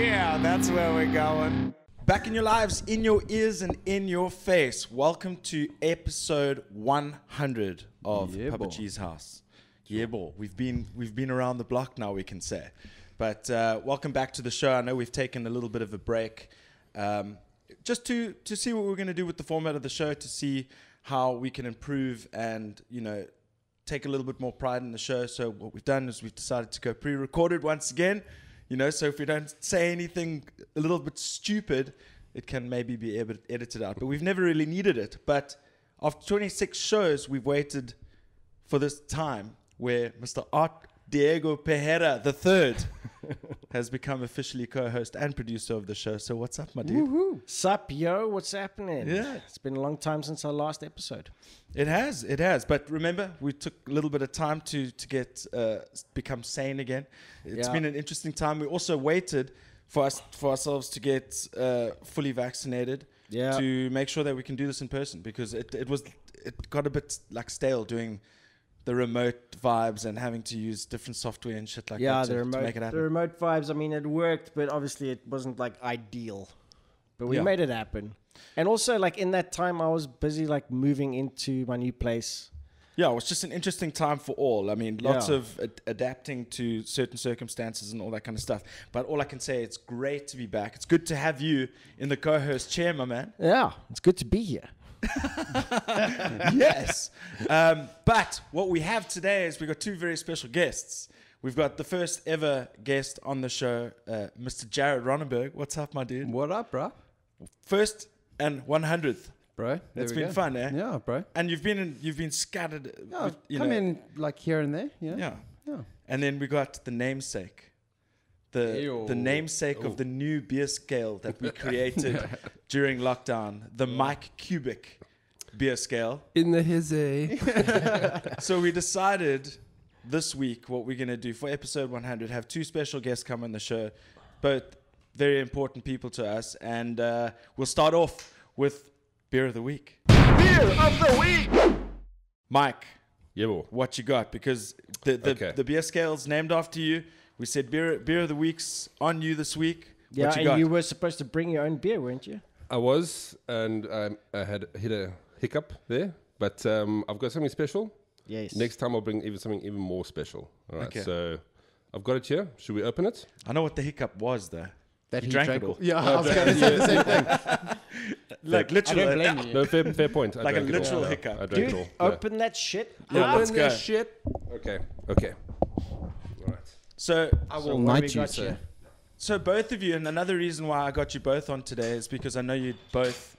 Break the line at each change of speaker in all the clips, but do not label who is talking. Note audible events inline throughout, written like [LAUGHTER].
That's where we're going. Back in your lives, in your ears, and in your face. Welcome to episode 100 of
Yeah,
Papa
boy.
G's House. Yeah, boy. We've been we've been around the block now. We can say, but uh, welcome back to the show. I know we've taken a little bit of a break, um, just to to see what we're going to do with the format of the show, to see how we can improve and you know take a little bit more pride in the show. So what we've done is we've decided to go pre-recorded once again. You know, so if we don't say anything a little bit stupid, it can maybe be ed- edited out. But we've never really needed it. But after 26 shows, we've waited for this time where Mr. Art Diego Pereira the third has become officially co-host and producer of the show. So what's up, my dude?
Sup, yo, what's happening?
Yeah.
It's been a long time since our last episode.
It has, it has. But remember, we took a little bit of time to to get uh, s- become sane again. It's
Yeah.
been an interesting time. We also waited for us for ourselves to get uh, fully vaccinated
Yeah.
to make sure that we can do this in person because it it was it got a bit like stale doing the remote vibes and having to use different software and shit like
yeah,
that to,
the
to
remote
make it
the
happen.
remote vibes, I mean it worked, but obviously it wasn't like ideal. But we
Yeah.
made it happen. And also like in that time I was busy like moving into my new place.
Yeah, it was just an interesting time for all. I mean, lots
Yeah.
of ad- adapting to certain circumstances and all that kind of stuff. But all I can say, it's great to be back. It's good to have you in the co-host chair, my man. [LAUGHS]
Yeah, it's good to be here.
yes. Um, but what we have today is we've got two very special guests. We've got the first ever guest on the show, uh, Mr. Jared Ronenberg. What's up, my dude?
What up, bro?
First and one hundredth,
Bro, there
It's
we
been
go.
fun, eh?
Yeah, bro.
and you've been in, you've been scattered.
Oh,
Yeah,
with, you
come
know-
in like here and there. Yeah,
Yeah.
yeah.
And then we got the namesake. The,
Ew.
the namesake of the new beer scale that we created during lockdown, the Mike Cubic beer scale.
in
[LAUGHS]
the hizzy.
So we decided this week what we're going to do for episode 100 have two special guests come on the show, both very important people to us. And uh, we'll start off with beer of the week. Beer of the week! Mike,
Yeah, boy.
what you got because the the,
Okay.
the beer scale's named after you. We said beer beer of the week's on you this week.
Yeah,
what you
and
got?
you were supposed to bring your own beer, weren't you?
I was, and um, I had hit a hiccup there, but um, I've got something special.
Yes.
Next time I'll bring even something even more special. All right,
Okay.
so I've got it here. Should we open it?
I know what the hiccup was though.
That
You drank it all.
Yeah, I was [LAUGHS] going to say the same thing.
Like literally,
No, fair, fair
[LAUGHS]
point. I
Like a
drank it all.
literal
Yeah,
hiccup.
I drank
Dude,
it all. Yeah.
open that shit.
Yeah,
up.
let's go.
shit.
Okay, okay. All right.
So
I
So
will
what
knight
we
you,
got
sir.
here?
so both of you, and another reason why I got you both on today is because I know you both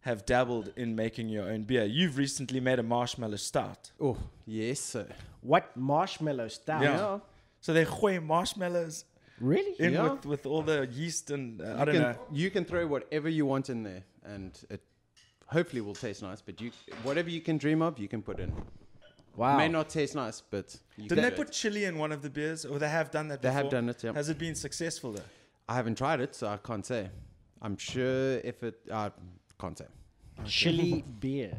have dabbled in making your own beer. You've recently made a marshmallow stout.
Oh, yes, sir.
What marshmallow style?
Yeah. So they gooi marshmallows
Really?
in
Yeah.
with, with all the yeast and uh, I
You
don't
can,
know.
you can throw whatever you want in there, and it hopefully will taste nice. But you, whatever you can dream of, you can put in.
Wow.
May not taste nice, but
Didn't
you can
they
do it.
put chili in one of the beers? Or they have done that
They
before?
have done it, yeah.
Has it been successful though?
I haven't tried it, so I can't say. I'm sure if it, I can't say.
chili beer.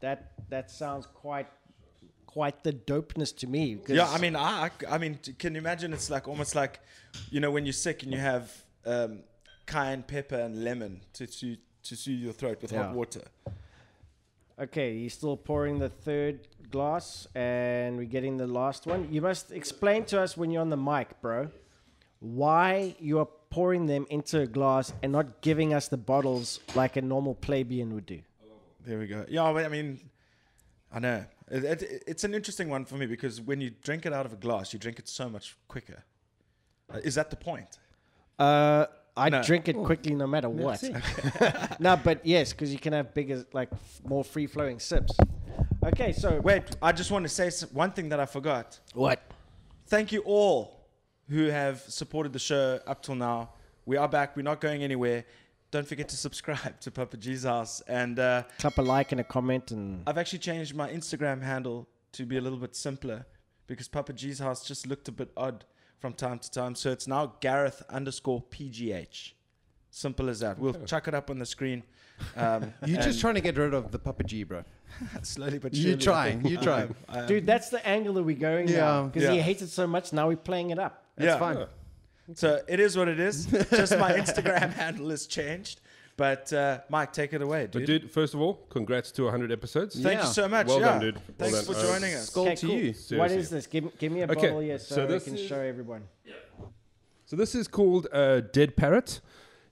That that sounds quite quite the dopeness to me. 'cause-
Yeah, I mean, I, I- I mean, t- can you imagine? It's like almost like, you know, when you're sick and you have um, cayenne pepper and lemon to to to soothe your throat with hot
Yeah.
water.
okay, he's still pouring the third glass, and we're getting the last one. You must explain to us when you're on the mic, bro, why you are pouring them into a glass and not giving us the bottles like a normal plebeian would do.
There we go. Yeah, but I mean, I know it, it, it's an interesting one for me because when you drink it out of a glass, you drink it so much quicker. Uh, is that the point?
Uh, I
No.
drink it quickly no matter what. [LAUGHS] no, but yes, because you can have bigger, like f- more free flowing sips. Okay, so
Wait, I just want to say s- one thing that I forgot.
what?
thank you all who have supported the show up till now. We are back. We're not going anywhere. Don't forget to subscribe [LAUGHS] to Papa G's house. And uh,
Clap a like and a comment and
I've actually changed my Instagram handle to be a little bit simpler because Papa G's house just looked a bit odd from time to time. So it's now Gareth underscore PGH. Simple as that. We'll chuck it up on the
[LAUGHS]
screen. Um,
You're
and
just trying to get rid of the Papa G, bro.
slowly but surely.
You're trying. You're trying. Uh,
Dude, that's the angle that we're going
Yeah.
now because he
Yeah.
hates it so much. Now we're playing it up.
That's
Yeah.
fine.
So it is what it is. Just my Instagram [LAUGHS] handle has changed. But uh, Mike, take it away,
But
dude.
dude, first of all, congrats to 100 episodes.
Thank you
Yeah.
so much.
Well
yeah.
done, dude. Well
Thanks
done.
for
Uh,
joining us.
Skull to
cool.
you.
What
Seriously.
is this? Give, give me a
Okay,
bottle here so,
so
we
this
can
is-
show everyone.
So this is called uh, Dead Parrot.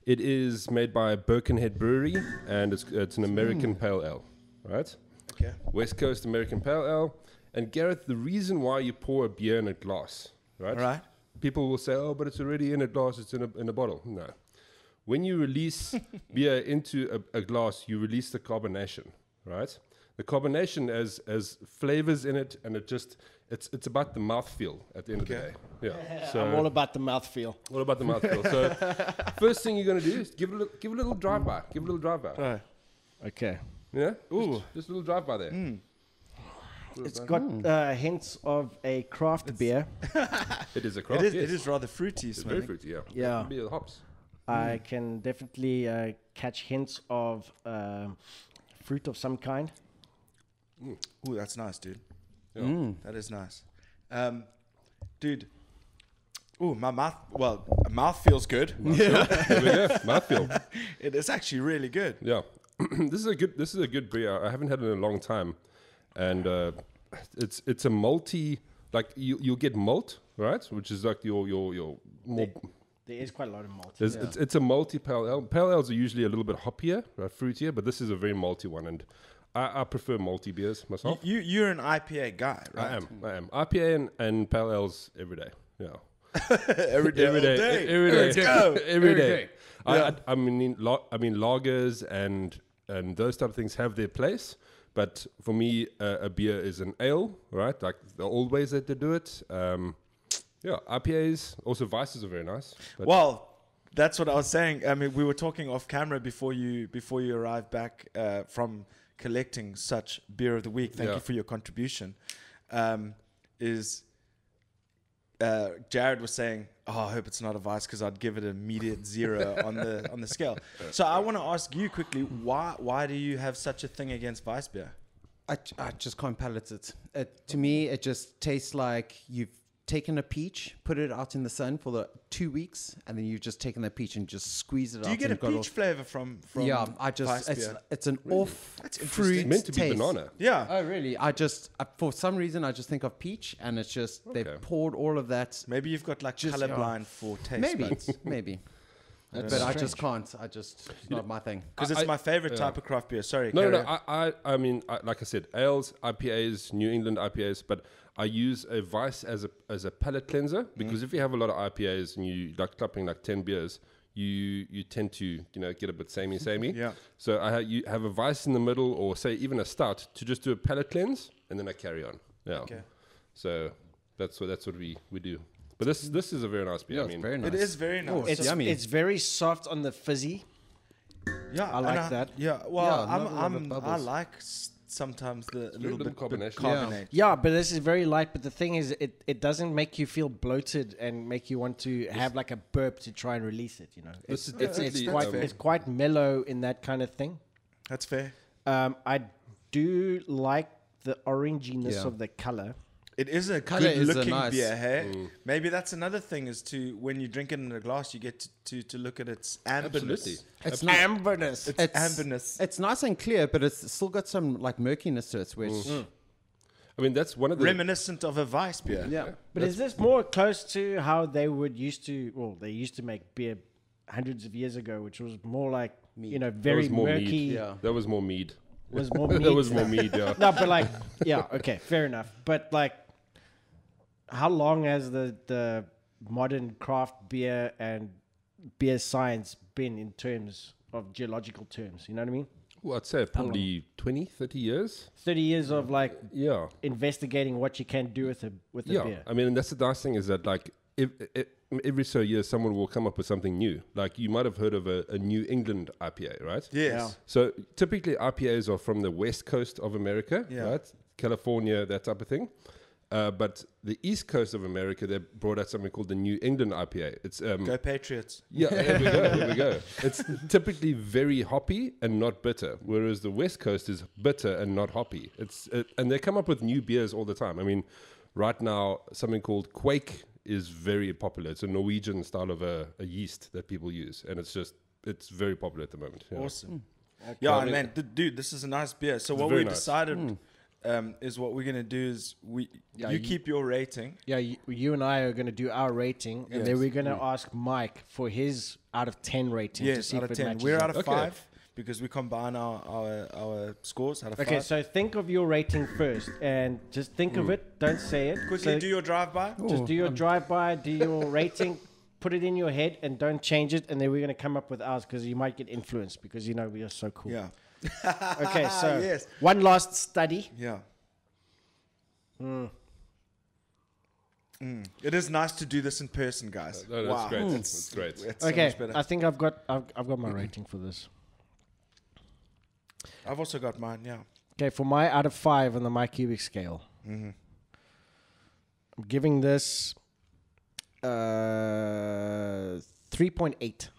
It is made by Birkenhead Brewery, and it's it's an American Pale Ale, right?
Hmm. Okay.
West Coast American Pale Ale. And Gareth, the reason why you pour a beer in a glass, right?
Right.
People will say, "Oh, but it's already in a glass. It's in a in a bottle." No. When you
[LAUGHS]
release beer into a, a glass, you release the carbonation, right? The carbonation has has flavors in it, and it just it's it's about the mouthfeel at the end
Okay.
of the day. Yeah.
[LAUGHS]
So
I'm all about the mouthfeel.
what about the mouthfeel? So, first thing you're gonna do is give a little, give a little drive by, give a little drive by.
Right.
Okay.
Yeah,
Ooh.
just, just a little drive by there.
Hmm.
It's got uh, hints of a craft beer.
It is a craft.
It is,
Oh, yes.
it is rather fruity
It's very
smelling.
fruity. Yeah.
Yeah.
Be the hops.
I can definitely uh, catch hints of um fruit of some kind.
Ooh, that's nice, dude.
Yeah.
That is nice. Um, dude. Ooh, my mouth. Well, mouth feels good.
There we go. Mouthfeel.
[LAUGHS] it is actually really good.
Yeah. [CLEARS THROAT] this is a good. This is a good beer. I haven't had it in a long time, and uh, it's it's a multi. Like you you'll get malt right, which is like your your your more.
There is quite a lot of malt.
There's, it's, it's a multi pale ale. Pale ales are usually a little bit hoppier, right, fruitier, but this is a very malty one, and I, I prefer malty beers myself.
You, you're an IPA guy, right?
I am. I am. IPA and, and pale ales every day. Yeah.
[LAUGHS] Every day.
Every day.
all day.
Every day.
Let's go.
[LAUGHS] every
Every
day.
day.
I, I, I mean, la- I mean, lagers and and those type of things have their place, but for me, uh, a beer is an ale, right? Like the old ways that they do it. Um, yeah, IPAs. Also, vices are very nice. But
Well, that's what I was saying. I mean, we were talking off camera before you before you arrived back uh, from collecting such beer of the week. Thank
Yeah.
you for your contribution. Um, is uh, Jared was saying, "Oh, I hope it's not a vice because I'd give it an immediate zero
[LAUGHS]
on the on the scale." So I want to ask you quickly, why why do you have such a thing against vice beer?
I, j- I just can't palate it. it. To me, it just tastes like you've taken a peach, put it out in the sun for the two weeks, and then you've just taken that peach and just squeezed it out.
Do you get
and
a
got
peach
all-
flavor from from
yeah, I just
Weiss
it's,
beer?
it's an off fruit
it's meant to be
taste.
banana.
yeah.
Oh really? I just I, for some reason I just think of peach, and it's just
Okay.
they've poured all of that.
Maybe you've got like
Just- yeah.
colorblind for taste
Maybe,
buds.
maybe. But I just can't. I just it's not my thing.
Because it's
I-
my favorite
yeah.
type of craft beer. Sorry,
No, no,
carry
no.
on.
I, I, I mean, I, like I said, ales, IPAs, New England IPAs, but I use a vice as a as a palate cleanser because if you have a lot of IPAs and you like clumping like ten beers, you you tend to you know get a bit samey samey.
Yeah.
So I ha- you have a vice in the middle, or say even a stout, to just do a palate cleanse, and then I carry on. Yeah.
Okay.
So that's what that's what we we do. But this this is a very nice beer.
Yeah,
I
it's
mean,
very nice.
It is very nice.
Oh,
It's,
yummy.
it's very soft on the fizzy.
yeah,
I
and
like that.
Yeah, well,
Yeah, not a lot of
I'm, I'm, I
bubbles.
like s- sometimes the little,
little
bit
carbonation.
carbonate.
Yeah.
carbonate.
Yeah, but this is very light. But the thing is, it, it doesn't make you feel bloated and make you want to have like a burp to try and release it. You know, it's,
This is
it's, it's
definitely,
quite
um,
it's quite mellow in that kind of thing.
That's fair.
Um, I do like the oranginess
Yeah.
of the color.
It is a
Colour
good
is a
looking
nice-
beer, hey?
Mm.
Maybe that's another thing is to when you drink it in a glass, you get to, to, to look at its amberness.
absolutely.
It's not.
Amberness.
It's, amberness.
It's nice and clear, but it's still got some like murkiness to it, which
I mean, that's one of the
reminiscent of a vice beer.
yeah.
But is this more close to how they would used to? Well, they used to make beer hundreds of years ago, which was more like you know
that
very
was more
murky.
mead.
Yeah.
That was more mead. [LAUGHS]
Was more
that
mead
was more
[LAUGHS]
mead. Yeah.
no, but like, yeah, okay, fair enough. But like, how long has the the modern craft beer and beer science been in terms of geological terms? You know what I mean?
Well, I'd say probably 20, 30 years.
Thirty years of like
Yeah.
investigating what you can do with a with a
yeah.
beer.
I mean, and that's the nice thing is that, like, if, if, every so year, someone will come up with something new. Like, you might have heard of a, a New England IPA, right?
Yes.
So typically IPAs are from the west coast of America,
Yeah.
right? California, that type of thing. Uh, but the east coast of America, they brought out something called the New England IPA. It's um,
Go Patriots.
Yeah, there we go. There we go. It's typically very hoppy and not bitter, whereas the West Coast is bitter and not uh, hoppy. It's it, and they come up with new beers all the time. I mean, right now something called Quake is very popular. It's a Norwegian style of a, a yeast that people use, and it's just it's very popular at the moment. yeah.
Awesome. Yeah,
I mean-
man, th- dude, this is a nice beer. So what
very
we
nice.
decided um, is what we're gonna do is we
Yeah,
you,
you-
keep your rating.
Yeah, you, you and I are going to do our rating, and then
Yes.
we're going to ask Mike for his out of 10 rating to
Yes,
see
out
if
of
it
ten.
matches
We're
up.
out of
Okay.
five because we combine our our, our scores out of
Okay,
five. Mm.
so think of your rating first, and just think of it. Don't say it.
Quickly
So
do your drive by.
just do your
um,
drive-by, do your [LAUGHS] rating, put it in your head, and don't change it. And then we're going to come up with ours because you might get influenced because you know we are so cool.
Yeah. [LAUGHS]
Okay, so
Yes.
one last study.
Yeah. Mm. Hmm. It is nice to do this in person, guys.
No, that's
wow.
great.
It's,
That's great.
it's
Okay,
so much
I
better. Mm-hmm.
think I've got I've, I've got my rating for this.
I've also got mine. Yeah.
Okay, for my out of five on the my cubic scale,
Mm-hmm.
I'm giving this uh, three point eight.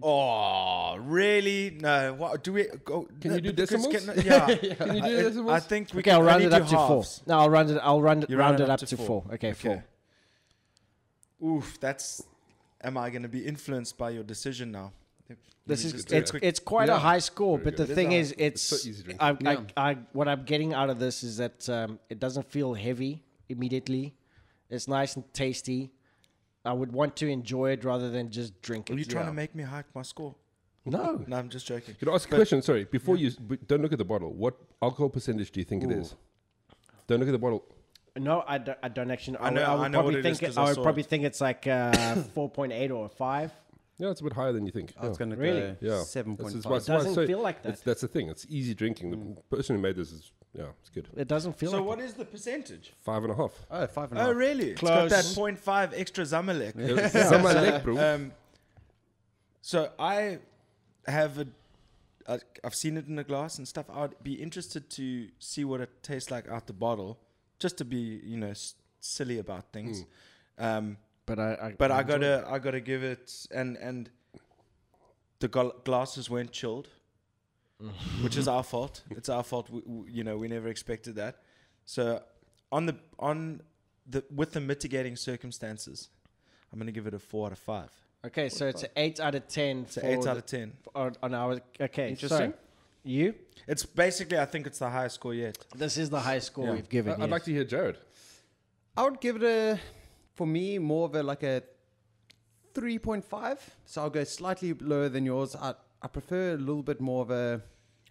Oh, really? No. What do we go?
Can
no,
you do
because
decimals?
can-
[LAUGHS]
yeah.
Can you do
I-
this?
I,
Ross?
think we
Okay,
can
I'll round
only
it up
do
to four.
halves.
No, I'll round it. I'll round,
You
round it up to four. Okay, four.
Oof, that's. Am I going to be influenced by your decision now?
This
Let me
is
just-
it's,
quick-
it's quite a
Yeah.
high score, but
Very
the
good.
thing
It
is,
is
it's,
so easy to drink.
I,
Yeah.
I, I, what I'm getting out of this is that um, it doesn't feel heavy immediately. It's nice and tasty. I would want to enjoy it rather than just drink
Are you
it.
trying
yeah.
to make me hike my score?
No,
No, I'm just joking.
Can I ask a question? Sorry, before you s- but don't look at the bottle. What alcohol percentage do you think it is? Don't look at the bottle.
no, I don't, I don't actually. I,
know-
know, I would
I know
probably
what it is
think
'cause I
I would
saw
probably think it's
[COUGHS]
like uh, four point eight or five.
Yeah, it's a bit higher than you think.
I was
yeah.
going to
Really?
go
yeah.
seven point
That's- that's
five.
why- that's why
Doesn't
it's so-
feel like
it's-
that.
that's the thing. It's easy drinking. The person who made this is yeah, it's good.
It doesn't feel
So
like
what is the percentage?
Five and a half. [LAUGHS]
Oh, five and a
Oh,
half.
really?
Close.
It's got that 0.5 extra Zamalek.
Some are leg, bro.
Um, so I have a, I, I've seen it in a glass and stuff. I'd be interested to see what it tastes like out the bottle, just to be you know s- silly about things. Um,
But I, um, I
but I gotta I gotta give it and and the gol- glasses weren't chilled, which is our fault. It's our fault. We, we, you know, we never expected that. So on the on the with the mitigating circumstances, I'm gonna give it a four out of five.
Okay, so it's an eight out of ten.
It's an eight out of ten.
on, on our okay.
Interesting.
So you,
It's basically I think it's the highest score yet.
this is the high score
Yeah.
we've given.
I- I'd like to hear Jared.
I would give it a, for me, more of a like a 3.5. So I'll go slightly lower than yours. I, I prefer a little bit more of a.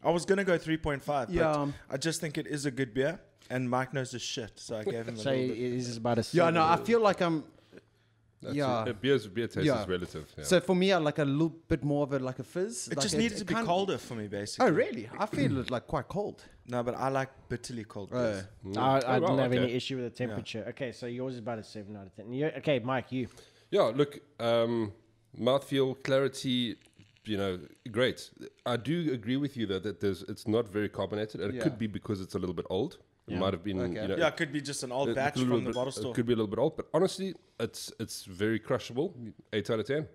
I was gonna go three point five, but
Yeah.
I just think it is a good beer. And Mike knows his shit, so I gave him a
So
little
it
bit.
is about a
Yeah,
seven.
no, I feel like I'm.
That's
yeah.
it. Uh, beer's beer taste
Yeah.
is relative. Yeah.
So for me, I like a little bit more of a like a fizz.
It
like
just
a-
needs
a
to be
kind-
colder for me, basically.
Oh really? I feel it like quite cold.
No, but I like bitterly cold beers.
I, I
Oh,
didn't
wow,
have any
okay.
issue with the temperature. Okay, so yours is about a seven out of ten. You- okay, Mike, you.
Yeah, look, um, mouthfeel, clarity, you know, great. I do agree with you though that there's it's not very carbonated, and it could
Yeah.
be because it's a little bit old. It might have been,
Okay.
you know,
Yeah, it could be just an old
it-
batch
it's a little
from the
bit-
bottle store.
It could be a little bit old, but honestly, it's it's very crushable. Eight out of ten.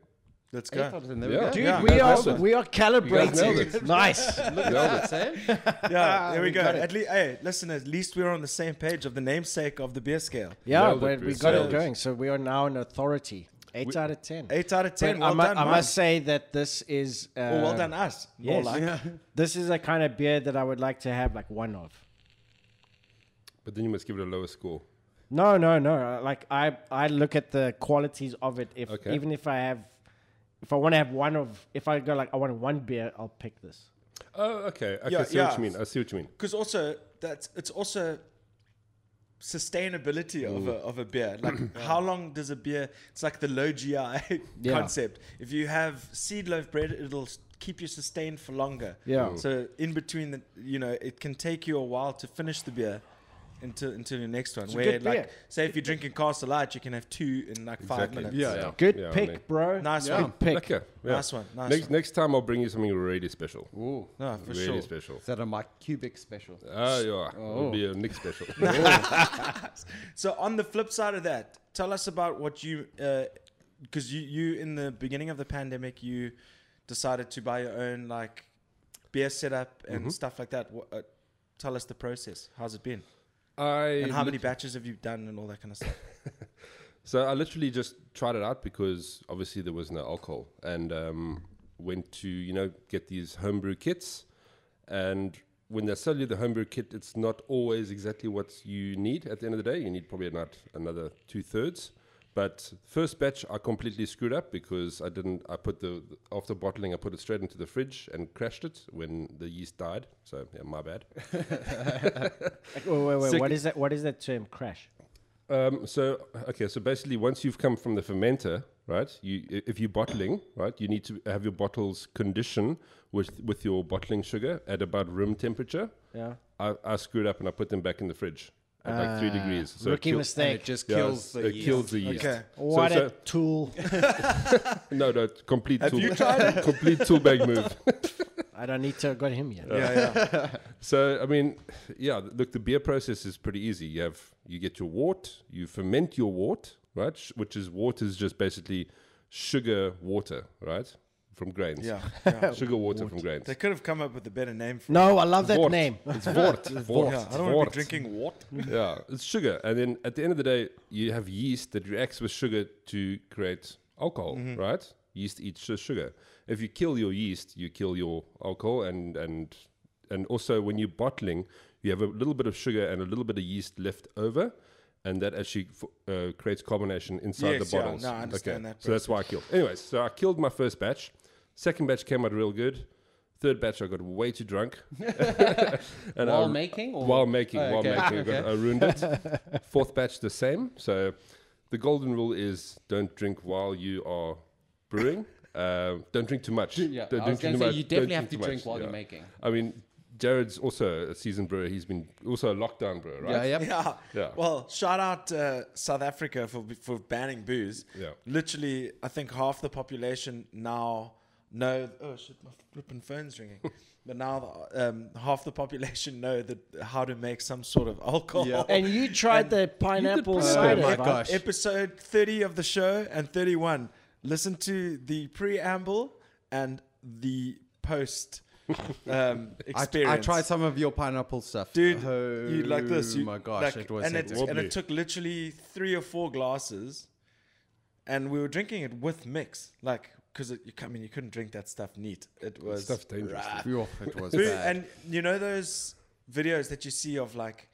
Let's
Eight out
go.
of 10, there we
Yeah.
go.
Dude,
Yeah,
we
that's
are
awesome.
we are
nailed
calibrating.
it.
[LAUGHS] nice.
Nailed it, eh?
Yeah, there we, go.
got it.
At least, hey, listen, at least we're on the same page of the namesake of the beer scale.
Yeah,
Nailed it,
but we
Bruce.
got it
Nailed it.
going. So we are now an authority. Eight out of ten.
Eight out of ten.
But
well
I, mu-
done,
I
Mike.
must say that this is uh,
Well, well done, us. More
yes.
like.
This is a kind of beer that I would like to have like one of.
But then you must give it a lower score.
No, no, no. I- Like I, I look at the qualities of it. If
Okay.
even if I have, if I want to have one of, if I go like I want one beer, I'll pick this.
Oh, okay. Okay,
Yeah,
I see what
yeah.
you mean. I see what you mean.
Because also that's it's also sustainability
Mm.
of a of a beer.
[COUGHS]
Like how long does a beer? It's like the low GI [LAUGHS]
Yeah.
concept. If you have seed loaf bread, it'll s- keep you sustained for longer.
Yeah. Mm.
So in between the, you know, it can take you a while to finish the beer. Until, until your next one,
a
where
good
like
beer.
say if you're drinking Castle Light, you can have two in like five
Exactly.
minutes.
Yeah, yeah.
Good
Yeah, I
pick,
mean-
bro.
Nice
Good
one.
pick.
Okay. yeah.
Nice one, nice
next,
one.
next time I'll bring you something really special.
Ooh.
No, for
really
sure.
special.
Is that a Mike Cubic special?
Ah, yeah.
Oh.
It'll be a Nick
[LAUGHS]
special.
So on the flip side of that, tell us about what you, because you you in the beginning of the pandemic you decided to buy your own like beer setup
Mm-hmm.
and stuff like that. What, uh, tell us the process. How's it been?
I
And how
lit-
many batches have you done and all that kind of stuff?
So I literally just tried it out because obviously there was no alcohol, and um, went to you know get these homebrew kits, and when they sell you the homebrew kit, it's not always exactly what you need. At the end of the day, you need probably about another two thirds. But first batch, I completely screwed up because I didn't. I put the after bottling, I put it straight into the fridge and crashed it when the yeast died. So yeah, my bad.
Like, wait, wait, wait. what
Second-
is that? What is that term? Crash.
Um, so okay, so basically, once you've come from the fermenter, right? You, i- if you're bottling, right, you need to have your bottles condition with with your bottling sugar at about room temperature.
Yeah.
I, I screwed up and I put them back in the fridge at like three
Ah,
degrees. So it
rookie
And it
kill-
mistake.
just
yeah,
kills the
it
yeast.
kills the yeast. [LAUGHS]
Okay.
So-
What
so,
a tool.
no, no, complete
Have
tool.
you tried
[LAUGHS] complete tool bag move.
I don't need to have got him yet.
yeah, yeah.
So I mean, yeah. th- Look, the beer process is pretty easy. You have you get your wort, you ferment your wort, right? Sh- Which is wort is just basically sugar water, right? From grains. [LAUGHS]
yeah, yeah.
Sugar water from grains.
They could have come up with a better name for
No, I love that
Wort.
name.
It's wort.
[LAUGHS]
wort.
Yeah, I don't want
wort.
to be drinking water.
[LAUGHS] Yeah, it's sugar, and then at the end of the day, you have yeast that reacts with sugar to create alcohol,
Mm-hmm.
right? Yeast eats the sugar. If you kill your yeast, you kill your alcohol, and and and also when you're bottling, you have a little bit of sugar and a little bit of yeast left over, and that actually f- uh, creates carbonation inside
Yes,
the
yeah,
bottles.
no, I understand that
So that's why I killed. Anyways, so I killed my first batch. Second batch came out real good. Third batch, I got way too drunk. [LAUGHS] and
While
I-
making or-
while making,
Oh,
while
okay.
making, I, got,
Okay.
I ruined it.
[LAUGHS]
Fourth batch, the same. So the golden rule is don't drink while you are
[LAUGHS]
brewing. Uh, don't drink too much.
Yeah,
Don't
I was
drink
going to
too
say
much.
you
Don't
definitely have to
too
drink
much.
while
Yeah.
you're making.
I mean, Jared's also a seasoned brewer. He's been also a lockdown brewer, right?
Yeah, yep.
[LAUGHS] Yeah.
Yeah.
Well, shout out uh, South Africa for for banning booze.
Yeah.
Literally, I think half the population now know. Oh shit, my flipping phone's
[LAUGHS]
ringing. but now um, half the population know that how to make some sort of alcohol.
Yeah.
And you tried the pineapple cider.
Oh my
right?
gosh.
Episode thirty of the show and thirty-one. Listen to the preamble and the post
[LAUGHS]
um,
I,
experience.
I tried some of your pineapple stuff.
Dude,
oh
you like this. You,
my gosh,
like-
it was
and it,
hectic.
and
Wobbly.
it took literally three or four glasses, and we were drinking it with mix, like because you, I mean, you couldn't drink that stuff neat. It was
stuff's dangerous,
rough.
Phew, [LAUGHS]
[LAUGHS]
it was
Who-
bad.
And you know those videos that you see of like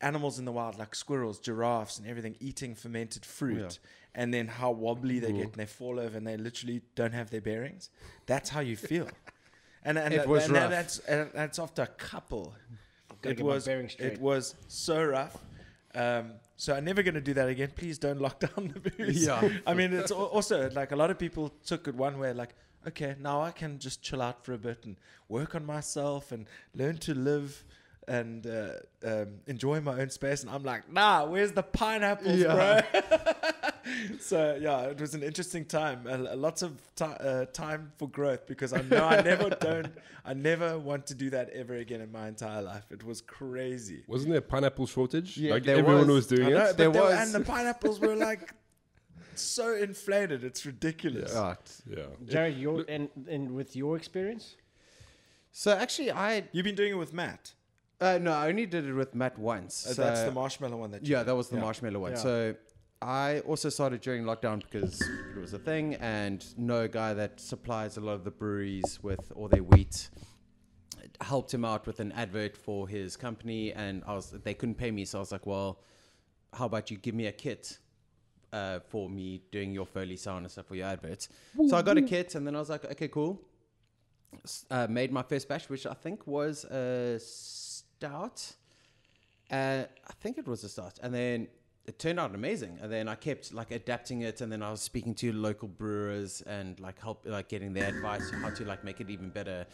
animals in the wild, like squirrels, giraffes, and everything eating fermented fruit, and then how wobbly they get and they fall over and they literally don't have their bearings. That's how you
[LAUGHS]
feel. And and,
It
that-
was
and
rough.
that's and that's after a couple.
Gotta
It
get my
was
bearings
it
straight.
was so rough. Um, so I'm never going to do that again. Please don't lock [LAUGHS] down the booze.
Yeah.
[LAUGHS] I mean, it's al- also like a lot of people took it one way, like, okay, now I can just chill out for a bit and work on myself and learn to live and uh, um, enjoy my own space. And I'm like, nah, where's the pineapples,
Yeah. [LAUGHS]
bro? [LAUGHS] so yeah, it was an interesting time. Uh, lots of ti uh, time for growth because I know I
[LAUGHS]
never don't, I never want to do that ever again in my entire life. It was crazy.
Wasn't there a pineapple shortage?
Yeah,
like
there
everyone
was.
was, doing
I know,
it.
but
Uh, There
they were-
was-
and the pineapples were like so inflated. It's ridiculous.
Yeah, it's-
Yeah.
Jared, your, and, and with your experience?
So actually, I
You've been doing it with Matt.
uh, no, I only did it with Matt once.
Uh, that's
so-
the marshmallow one that you
Yeah, that was the marshmallow one.
Yeah.
So I also started during lockdown because it was a thing, and know a guy that supplies a lot of the breweries with all their wheat. Helped him out with an advert for his company, and I was they couldn't pay me, so I was like, well, how about you give me a kit uh, for me doing your Foley sound and stuff for your adverts? So I got a kit, and then I was like, okay, cool. S- Uh, made my first batch, which I think was a stout. Uh, I think it was a start, and then it turned out amazing. And then I kept like adapting it, and then I was speaking to local brewers and like help, like getting their advice on how to like make it even better.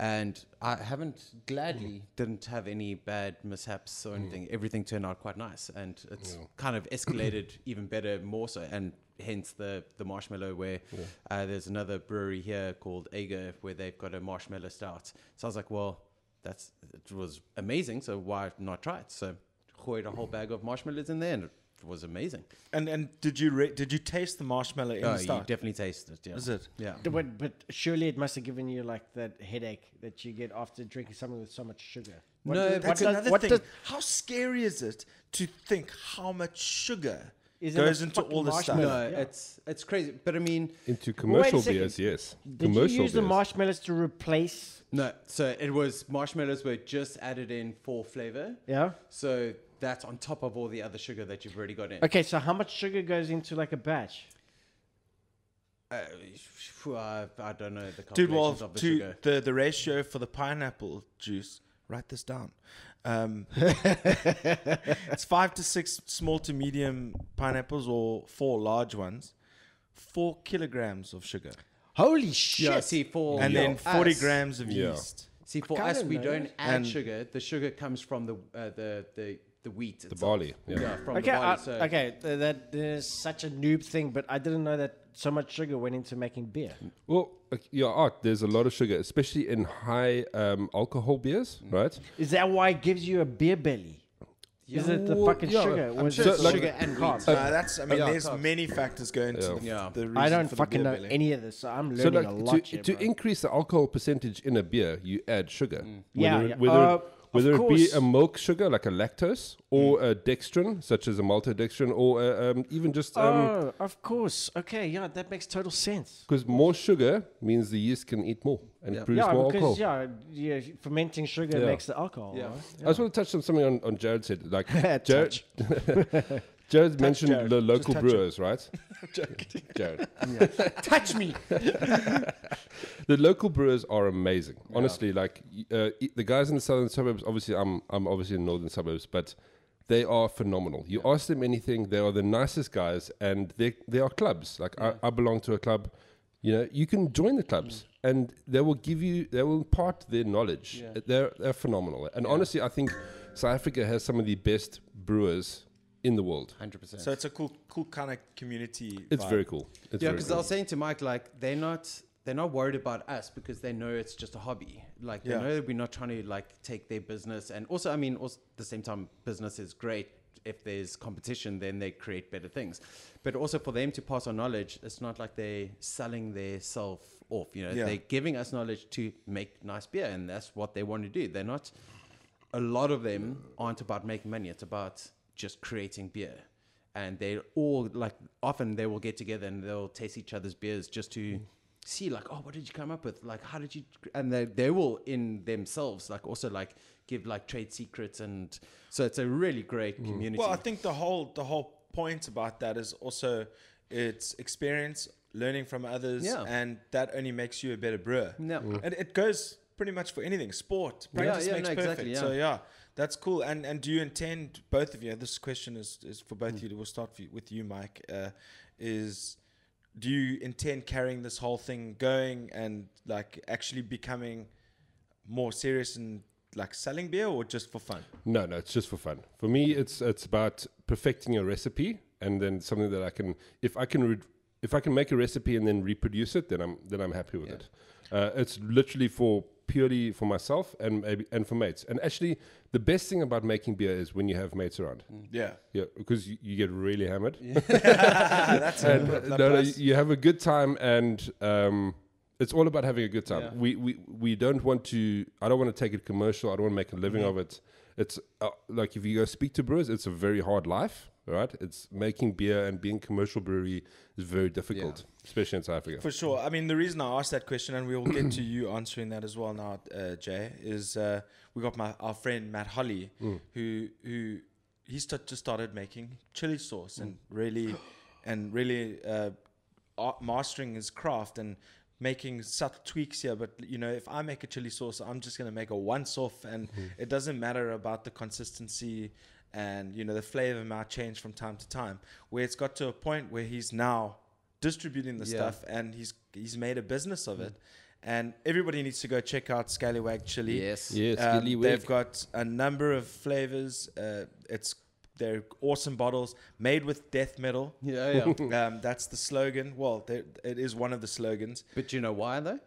And I haven't gladly didn't have any bad mishaps or anything. Everything turned out quite nice, and it's kind of escalated even better, more so, and hence the the marshmallow. Where uh, there's another brewery here called Ager where they've got a marshmallow stout. So I was like, well, that's it was amazing. So why not try it? So hoid a whole bag of marshmallows in there, and it was amazing.
And and did you re- did you taste the marshmallow in
Oh,
the
you
start?
definitely tasted it. Yeah.
Is it?
Yeah.
D- But, but surely it must have given you like that headache that you get after drinking something with so much sugar.
No,
does-
That's
because
does-
another
what
thing.
does-
how scary is it to think how much sugar
is in
goes
a
into
fucking
all the stuff.
marshmallow.
No,
Yeah.
it's it's crazy. But I mean,
Into
Wait a
commercial
second.
beers, yes.
Did you
commercial
use the
beers.
marshmallows to replace?
no. So it was marshmallows were just added in for flavor.
Yeah.
So that's on top of all the other sugar that you've already got in.
Okay, so how much sugar goes into like a batch?
Uh, phew, I, Uh, I don't know the calculations
Dude, well,
of the
to
sugar.
the, the ratio for the pineapple juice, write this down. Um,
[LAUGHS]
it's five to six small to medium pineapples or four large ones, four kilograms of sugar,
Holy shit!
Oh, Yeah, see for
and
for
then 40
us-
grams of
Yeah.
yeast.
See for
kinda
us, we
know
don't
that.
add
And-
sugar. The sugar comes from the uh, the the the wheat.
The barley. Yeah.
Yeah, from
okay,
the barley.
I,
so
okay, th- that is such a noob thing, but I didn't know that so much sugar went into making beer.
Well, ok- yeah, art. There's a lot of sugar, especially in high um, alcohol beers,
Mm.
right?
Is that why it gives you a beer belly? Is it the
Well,
fucking
yeah,
sugar?
I'm
Or is
sure
it
it's like-
sugar and carbs?
Uh, that's, I mean,
yeah,
there's
carbs.
many factors going into the,
Yeah.
the reason
I don't
for the
fucking
beer
know
belly.
any of this, so I'm
So,
learning
like,
a lot.
to,
here,
to
bro.
increase the alcohol percentage in a beer, you add sugar.
Yeah,
Whether,
yeah.
whether,
Uh,
it- whether
of
it be a
course. Mm.
milk sugar, like a lactose, or a dextrin, such as a maltodextrin, or a, um, even just. Um,
oh, of course. Okay, yeah, that makes total sense.
because more sugar means the yeast can eat more and produce
Yeah,
more
because
alcohol.
yeah, yeah, fermenting sugar
Yeah.
makes the alcohol.
Yeah.
right?
I just want to touch on something on, on Jared said.
[LAUGHS]
Like Jared,
Touch.
[LAUGHS] Jared mentioned
Jared.
the
Just
local
touch it.
[LAUGHS]
brewers, right? Jared.
Touch me.
The local brewers are amazing. Honestly, like y- uh, e- the guys in the southern suburbs. Obviously, I'm I'm obviously in northern suburbs, but they are phenomenal. You ask them anything, they are the nicest guys, and they they are clubs. Like I, I belong to a club. You know, you can join the clubs, and they will give you. They will impart their knowledge. Uh,
Yeah.
They're they're phenomenal, and honestly, I think South Africa has some of the best brewers in the world.
hundred percent.
So it's a cool, cool kind of community.
It's
vibe.
very cool. It's
yeah,
very
because I
cool.
was saying to Mike, like they're not they're not worried about us because they know it's just a hobby. Like they
Yeah.
know we're not trying to like take their business. And also, I mean, also at the same time, business is great. If there's competition, then they create better things. But also for them to pass on knowledge, it's not like they're selling their self off. You know,
Yeah.
they're giving us knowledge to make nice beer, and that's what they want to do. They're not. A lot of them aren't about making money. It's about just creating beer and they all like often they will get together and they'll taste each other's beers just to see like oh what did you come up with like how did you and they, they will in themselves like also like give like trade secrets and so it's a really great
Mm.
community
Well, I think the whole the whole point about that is also it's experience, learning from others,
Yeah.
and that only makes you a better brewer.
Yeah. Mm.
and it goes pretty much for anything. Sport, practice
yeah,
makes
no,
perfect.
exactly, yeah.
So yeah, that's cool. And and do you intend both of you? This question is is for both of
Mm.
you. We'll start for you- with you, Mike. Uh, is do you intend carrying this whole thing going and like actually becoming more serious and like selling beer or just for fun?
No, no, it's just for fun. For me, it's it's about perfecting a recipe and then something that I can, if I can, re- if I can make a recipe and then reproduce it, then I'm then I'm happy with it. Uh, it's literally for purely for myself and maybe and for mates. And actually, the best thing about making beer is when you have mates around.
Yeah,
Yeah, because you, you get really hammered.
[LAUGHS]
that's a
And, uh, no, no, you you have a good time, and um, it's all about having a good time.
Yeah.
We, we we don't want to. I don't want to take it commercial. I don't want to make a living
Mm-hmm.
of it. It's uh, like if you go speak to brewers, it's a very hard life, right? It's making beer and being commercial brewery is very difficult, especially in South Africa.
For sure. I mean, the reason I asked that question, and we'll get to you answering that as well now, uh, Jay, is uh, we got my our friend Matt Holly, who who he sta- just started making chili sauce and really and really uh, ar- mastering his craft and making subtle tweaks here. But you know, if I make a chili sauce, I'm just gonna make a once off, and it doesn't matter about the consistency. And you know the flavor might change from time to time. Where it's got to a point where he's now distributing the
Yeah.
stuff and he's he's made a business of it and everybody needs to go check out scallywag chili
yes
Yes,
Um,
Gilly
they've
Wick.
got a number of flavors uh, it's they're awesome bottles made with death metal
yeah
[LAUGHS]
yeah
um, that's the slogan well they- it is one of the slogans
but you know why though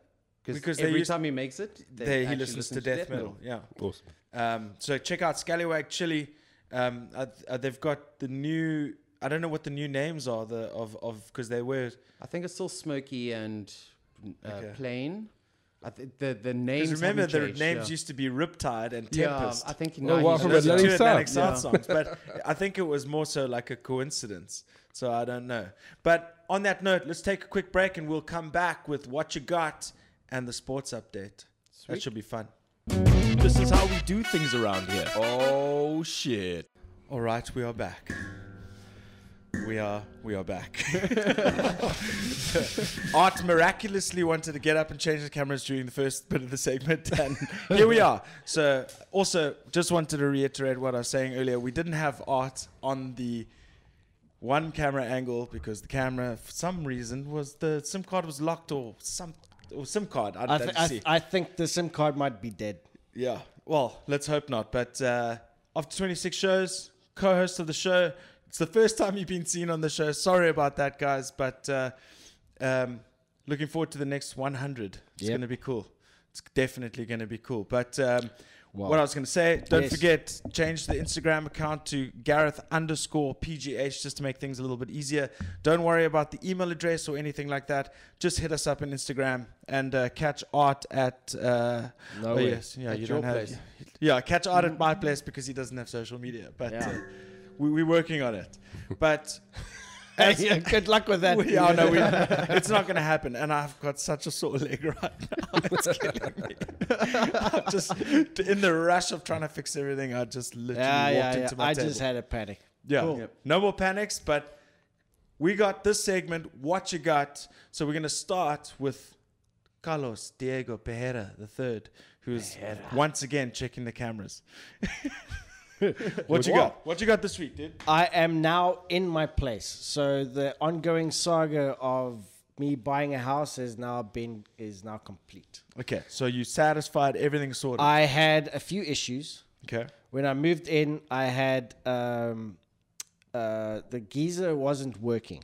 Because
because
they
every
used-
time he makes it they
There he
actually
listens
listen
to death, metal.
Awesome.
yeah um, so check out scallywag chili um, uh, uh, they've got the new i don't know what the new names are the of of because they were
i think it's still smoky and uh,
Okay.
plain I think the the names
because remember
haven't
their
changed,
names
yeah.
used to be riptide and
yeah, um,
tempest
Oh, I think
wow,
now he's
from
Those
just-
are two Atlantic
Atlantic
South.
South songs, but I think it was more so like a coincidence So I don't know. But on that note, let's take a quick break and we'll come back with what you got and the sports update. That should be fun. This is how we do things around here. Oh shit. All right, we are back. We are we are
[LAUGHS]
back. [LAUGHS] Art miraculously wanted to get up and change the cameras during the first bit of the segment, [LAUGHS] and here we are. So, also, just wanted to reiterate what I was saying earlier. We didn't have Art on the one camera angle because the camera, for some reason, was the SIM card was locked or some or SIM card. I,
I,
I
th-
didn't
I,
see.
th- I think the SIM card might be dead.
Yeah. Well, let's hope not. But uh, after 26 shows, co-host of the show, it's the first time you've been seen on the show. Sorry about that, guys. But uh, um, looking forward to the next 100. It's
Yep.
going to be cool. It's definitely going to be cool. But um,
Wow.
what I was going to say, don't
Yes.
forget, change the Instagram account to Gareth underscore PGH just to make things a little bit easier. Don't worry about the email address or anything like that. Just hit us up on Instagram and uh, catch art at. Uh,
No
oh,
way.
yes. Yeah,
At
you
your
don't have.
place.
[LAUGHS] Yeah, catch art at my place because he doesn't have social media. But
Mm. Yeah.
uh, we, we're working on it.
[LAUGHS]
But. [LAUGHS]
Hey, yeah, good luck with that.
We, oh, no, we, it's not going to happen. And I've got such a sore leg [LAUGHS] right now.
[LAUGHS]
It's killing me. [LAUGHS] I'm just in the rush of trying to fix everything, I just literally
yeah,
walked
yeah, yeah.
into my
I
table.
just had a panic.
yeah.
Cool.
Yep.
No more panics, but we got this segment, What You Got. So we're going to start with Carlos Diego Pereira the third, who's once again checking the [LAUGHS] cameras. what you got? What you got this week, dude?
I am now in my place. So the ongoing saga of me buying a house has now been is now complete.
Okay, so you satisfied everything sorted.
I had a few issues.
okay.
When I moved in, I had um, uh, the geyser wasn't working.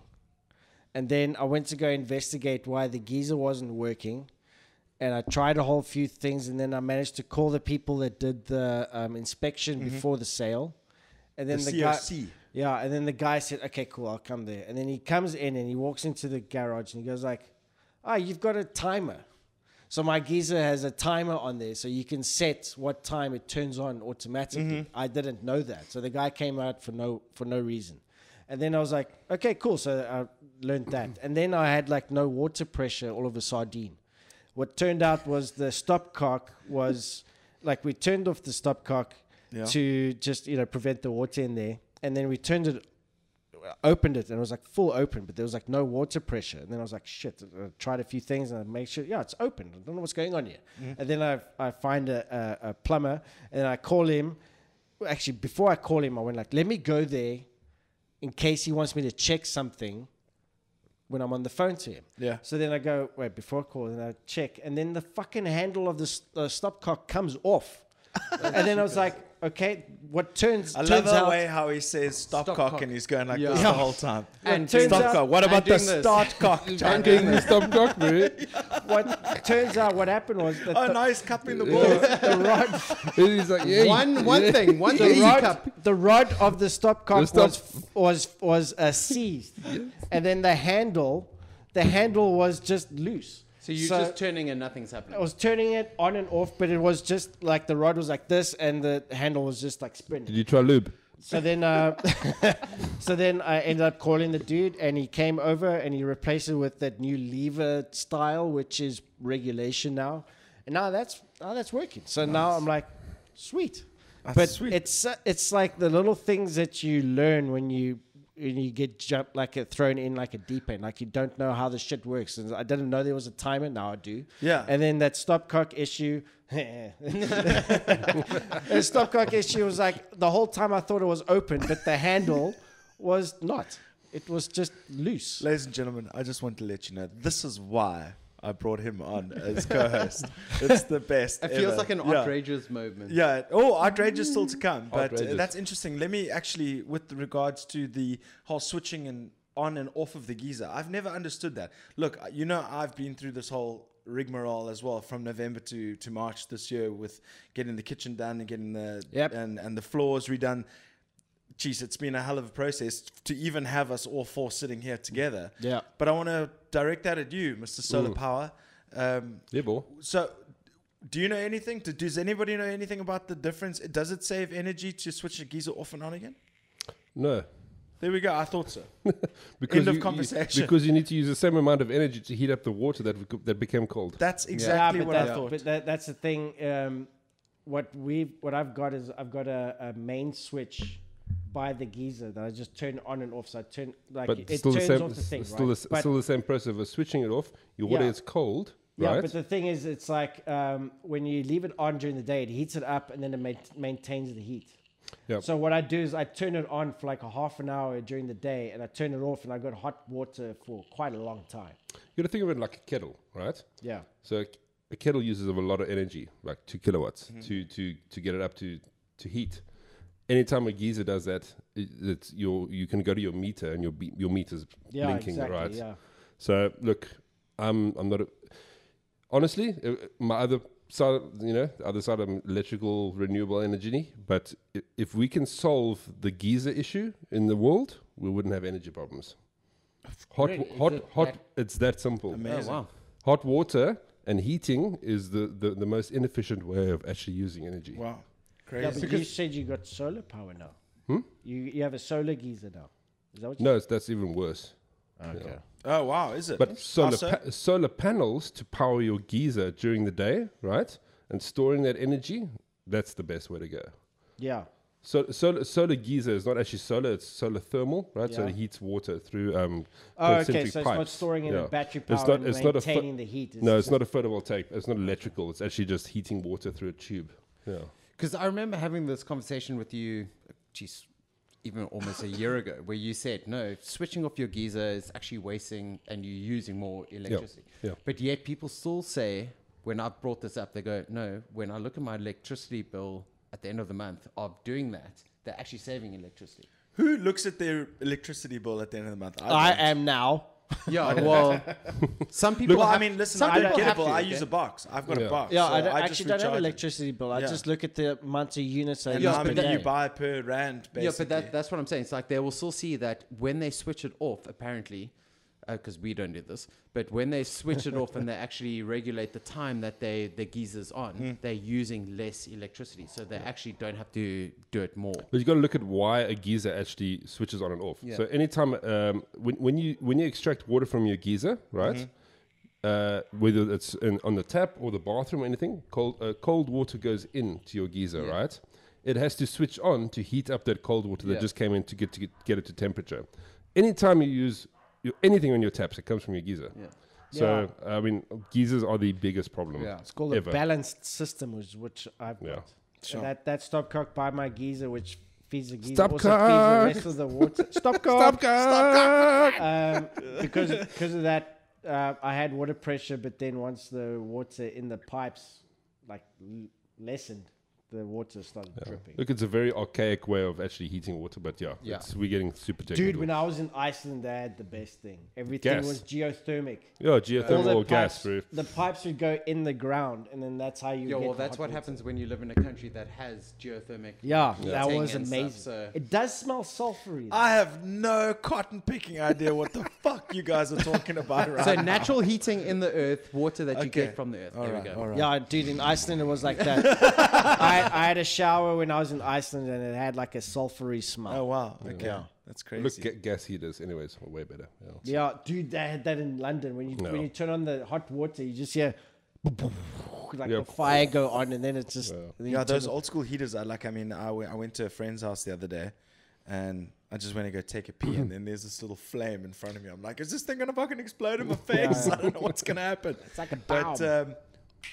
And then I went to go investigate why the geyser wasn't working. And I tried a whole few things. And then I managed to call the people that did the um, inspection before the sale. And then
The
the, guy.
COC.
Yeah. And then the guy said, okay, cool, I'll come there. And then he comes in and he walks into the garage and he goes, like, oh, you've got a timer. So my geyser has a timer on there, so you can set what time it turns on automatically. I didn't know that, so the guy came out for no for no reason, and then I was like, okay, cool. So I learned that, and then I had like no water pressure all of a sardine. What turned out was the stopcock was like we turned off the stopcock
Yeah.
to just you know prevent the water in there, and then we turned it opened it and it was like full open, but there was like no water pressure. And then I was like, shit, I tried a few things and I made sure, yeah, it's open. I don't know what's going on here.
Mm-hmm.
And then I, I find a, a, a plumber and I call him. Well, actually, before I call him, I went like, let me go there in case he wants me to check something when I'm on the phone to him.
Yeah.
So then I go, wait, before I call, then I check. And then the fucking handle of the s- uh, stopcock comes
[LAUGHS]
off. and then I was like, okay, what turns,
I
turns
love the
out-
way how he says stop,
Stop
cock,
cock.
and he's going like
Yeah.
this
Yeah.
the whole time.
And
And
turns
stop
out-
cock. What
and
about the
doing this.
start cock? John?
Getting
uh,
the stop
[LAUGHS]
cock, bro.
what turns out what
[LAUGHS]
happened was that
Oh,
the,
no, he's cupping the ball.
the rod,
And he's like, yeah,
One one thing, one
the
thing.
rod, the rod of the stopcock
The stop-
was was was uh, seized, and then the handle, the handle was just loose.
So you're just turning and nothing's
I
happening.
was turning it on and off, but it was just like the rod was like this, and the handle was just like spinning.
Did you try lube?
So then, uh, [LAUGHS] so then I ended up calling the dude, and he came over and he replaced it with that new lever style, which is regulation now. And now that's now that's working. So now I'm like, sweet. but
sweet.
it's uh, it's like the little things that you learn when you when you get jumped like a, thrown in like a deep end, like you don't know how the shit works. And I didn't know there was a timer. Now I do.
Yeah.
And then that stopcock issue. [LAUGHS] The stopcock issue was like the whole time I thought it was open, but the handle was not. It was just loose.
Ladies and gentlemen, I just want to let you know this is why I brought him on as co-host.
[LAUGHS]
it's the best.
It feels
ever.
like an
Yeah.
outrageous moment.
Yeah. Oh, outrageous still to come, but uh,
Outrageous.
that's interesting. Let me actually, with regards to the whole switching and on and off of the geezer, I've never understood that. Look, uh, you know, I've been through this whole rigmarole as well from November to to March this year with getting the kitchen done and getting the
Yep.
and and the floors redone. Jeez, it's been a hell of a process to even have us all four sitting here together.
Yeah.
But I want to direct that at you, Mr. Solar Power. Um,
Yeah, boy.
so, do you know anything? Do- Does anybody know anything about the difference? Does it save energy to switch the geyser off and on again?
No.
There we go. I thought so.
[LAUGHS] Because
End of
you- you-
conversation.
because you need to use the same amount of energy to heat up the water that we- that became cold.
That's exactly
yeah, but
what
that,
I thought.
But that, that's the thing. Um, what we what I've got is I've got a, a main switch by the geyser that I just turn on and off. So I turn like
but
it
still the
turns
same.
off the thing,
still,
right?
the,
But-
still the same process of switching it off. Your water
Yeah.
is cold,
yeah,
right?
but the thing is, it's like um, when you leave it on during the day, it heats it up and then it ma- maintains the heat.
Yeah.
So what I do is I turn it on for like a half an hour during the day, and I turn it off, and I got hot water for quite a long time.
you got to think of it like a kettle, right?
Yeah.
So a, a kettle uses a lot of energy, like two kilowatts,
Mm-hmm.
to to to get it up to to heat. Anytime a geyser does that, it, it's your you can go to your meter and your be, your meter's
Yeah.
blinking,
exactly.
right?
Yeah.
So look, I'm I'm not a, honestly uh, my other side, you know, the other side of electrical renewable energy. But i- if we can solve the geyser issue in the world, we wouldn't have energy problems. Hot,
Really? Is
hot,
it
hot.
that-
It's that simple.
Oh,
Amazing.
wow.
Hot water and heating is the, the, the most inefficient way of actually using energy.
Wow.
Yeah,
Crazy.
but you said you got solar power now. You you have a solar geyser now. Is that what? You
Hmm? No, it's, that's even worse.
Okay.
oh, wow. Is it?
But solar,
so?
pa- solar panels to power your geyser during the day, right? And storing that energy, that's the best way to go.
Yeah.
So, solar, solar geyser is not actually solar, it's solar thermal, right? So
Yeah.
it heats water through um,
Oh, okay.
concentric
So it's not
pipes.
storing in
Yeah.
a battery
It's
power
not-
and
it's not a fu-
maintaining the heat.
No, it's not a photovoltaic. It's not electrical. It's actually just heating water through a tube. Yeah.
Because I remember having this conversation with you, geez, even almost a year ago, where you said, no, switching off your geyser is actually wasting and you're using more electricity.
yeah.
But yet people still say, when I brought this up, they go, no, when I look at my electricity bill at the end of the month of doing that, they're actually saving electricity.
Who looks at their electricity bill at the end of the month?
I
don't.
am now. [LAUGHS]
Yeah, well, [LAUGHS] some people.
Well, I
have-
mean, listen,
some
I don't
people
get a
have
bill.
to,
I
okay?
use a box. I've got
Yeah.
a box.
Yeah,
so
I, don't,
just
actually don't have
recharge it.
electricity bill. I
Yeah.
just look at the amount of units I
And
use
how
per
many
day.
you buy per rand, basically.
Yeah, but that, that's what I'm saying. It's like they will still see that when they switch it off, apparently, because we don't do this, but when they switch it
[LAUGHS]
off and they actually regulate the time that they the geezer's on,
Hmm.
they're using less electricity. So they actually don't have to do it more.
But you got to look at why a geyser actually switches on and off.
Yeah.
So anytime um, when, when you when you extract water from your geyser, right?
Mm-hmm.
Uh, whether it's in, on the tap or the bathroom or anything, cold uh, cold water goes into your geyser,
Yeah.
right? It has to switch on to heat up that cold water
Yeah.
that just came in to get to get, get it to temperature. Anytime you use your, anything on your taps, it comes from your geyser.
Yeah.
So I mean, geysers are the biggest problem.
Yeah.
It's called
Ever.
a balanced system, which which I've
Yeah.
got.
Sure.
And that that stopcock by my geyser, which feeds the geyser,
Stopcock.
also feeds the rest of the water. [LAUGHS] Stopcock. um, because because of that, uh, I had water pressure, but then once the water in the pipes like l- lessened, the water started dripping.
Look, it's a very archaic way of actually heating water, but yeah,
Yeah.
It's, we're getting super technical.
Dude, when I was in Iceland, they had the best thing. Everything
Gas.
was geothermic.
yeah, geothermal or gas,
pipes,
bro.
the pipes would go in the ground, and then that's how you.
Yeah,
get
well,
the
that's
hot
what
water.
happens when you live in a country that has geothermic.
Yeah, that
heating
was
and
amazing.
Stuff, so
It does smell sulfury.
[LAUGHS] I have no cotton picking idea what the [LAUGHS] fuck you guys are talking about right
so
now.
natural heating in the earth, water that you
Okay.
get from the earth.
All
there
right,
we go.
all right.
Yeah, dude, in Iceland it was like that. [LAUGHS] I, I had a shower when I was in Iceland and it had like a sulfury smell.
Oh, wow. Okay. That's crazy.
Look, ga- gas heaters, anyways, are way better. Yeah.
Yeah, dude, they had that in London. When you
No.
when you turn on the hot water, you just hear [LAUGHS] like
Yeah.
the fire go on, and then it's just then you
yeah,
turn
those
it-
old school heaters. I like. I mean, I we- I went to a friend's house the other day, and I just went to go take a pee, and then there's this little flame in front of me. I'm like, is this thing gonna fucking explode
[LAUGHS]
in my face? I don't know what's gonna happen. It's
like a
But
bomb.
um,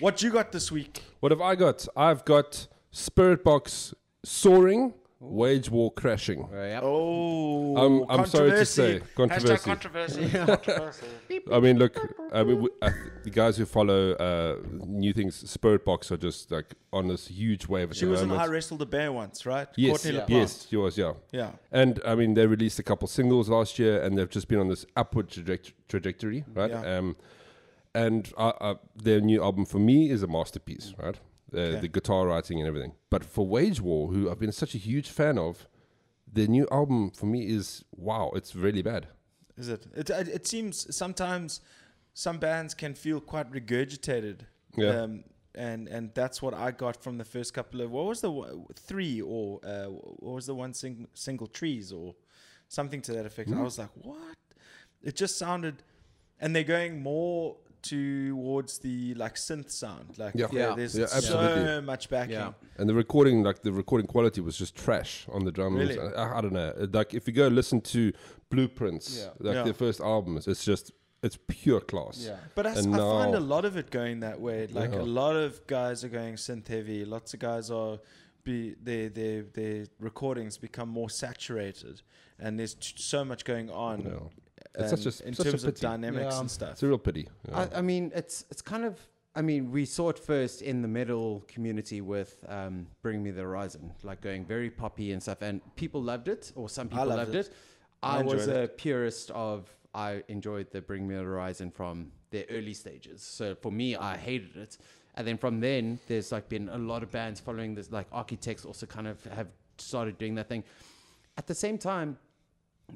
what you got this week?
What have I got? I've got Spirit Box soaring, wage war crashing.
All right, yep.
Oh,
Um, I'm sorry to
controversy.
say, controversy. [LAUGHS] I mean, look, I mean, we, I, th- the guys who follow uh, new things, Spirit Box, are just like on this huge wave at
She
the
was in
moment.
I Wrestled a Bear once, right?
yes,
Courtney
yeah.
LaPlante.
yes, yours, yeah.
Yeah.
And I mean, they released a couple singles last year, and they've just been on this upward traject- trajectory, right?
Yeah.
Um, and I, I, their new album for me is a masterpiece,
Mm.
right? Uh, The guitar writing and everything. But for Wage War, who I've been such a huge fan of, their new album for me is wow, it's really bad.
Is it? It, it? it seems sometimes some bands can feel quite regurgitated.
Yeah.
Um, and and that's what I got from the first couple of what was the one- three or uh, what was the one sing, single trees or something to that effect. And
Mm-hmm.
I was like, what? It just sounded, and they're going more towards the like synth sound. Like
Yeah.
there-
Yeah.
there's
Yeah,
so
absolutely.
much backing.
Yeah.
And the recording, like the recording quality, was just trash on the drums.
Really?
I, I don't know. Uh, Like if you go listen to Blueprints,
Yeah.
like
Yeah.
their first albums, it's just it's pure class.
Yeah.
But I, s-
And
I find
now-
a lot of it going that way. Like
Yeah.
a lot of guys are going synth heavy. Lots of guys are be their their their recordings become more saturated, and there's t- so much going on.
Yeah. It's such
and
a-
in
such a
terms of
pity.
dynamics
Yeah.
and stuff.
It's a real pity. Yeah.
I, I mean, it's it's kind of. I mean, we saw it first in the metal community with um, "Bring Me the Horizon," like going very poppy and stuff, and people loved it, or some people
loved
loved,
it.
it.
I
I, was
enjoyed
a purist of. I enjoyed the "Bring Me the Horizon" from the early stages. So for me, I hated it, and then from then, there's like been a lot of bands following this. Like Architects also kind of have started doing that thing. At the same time,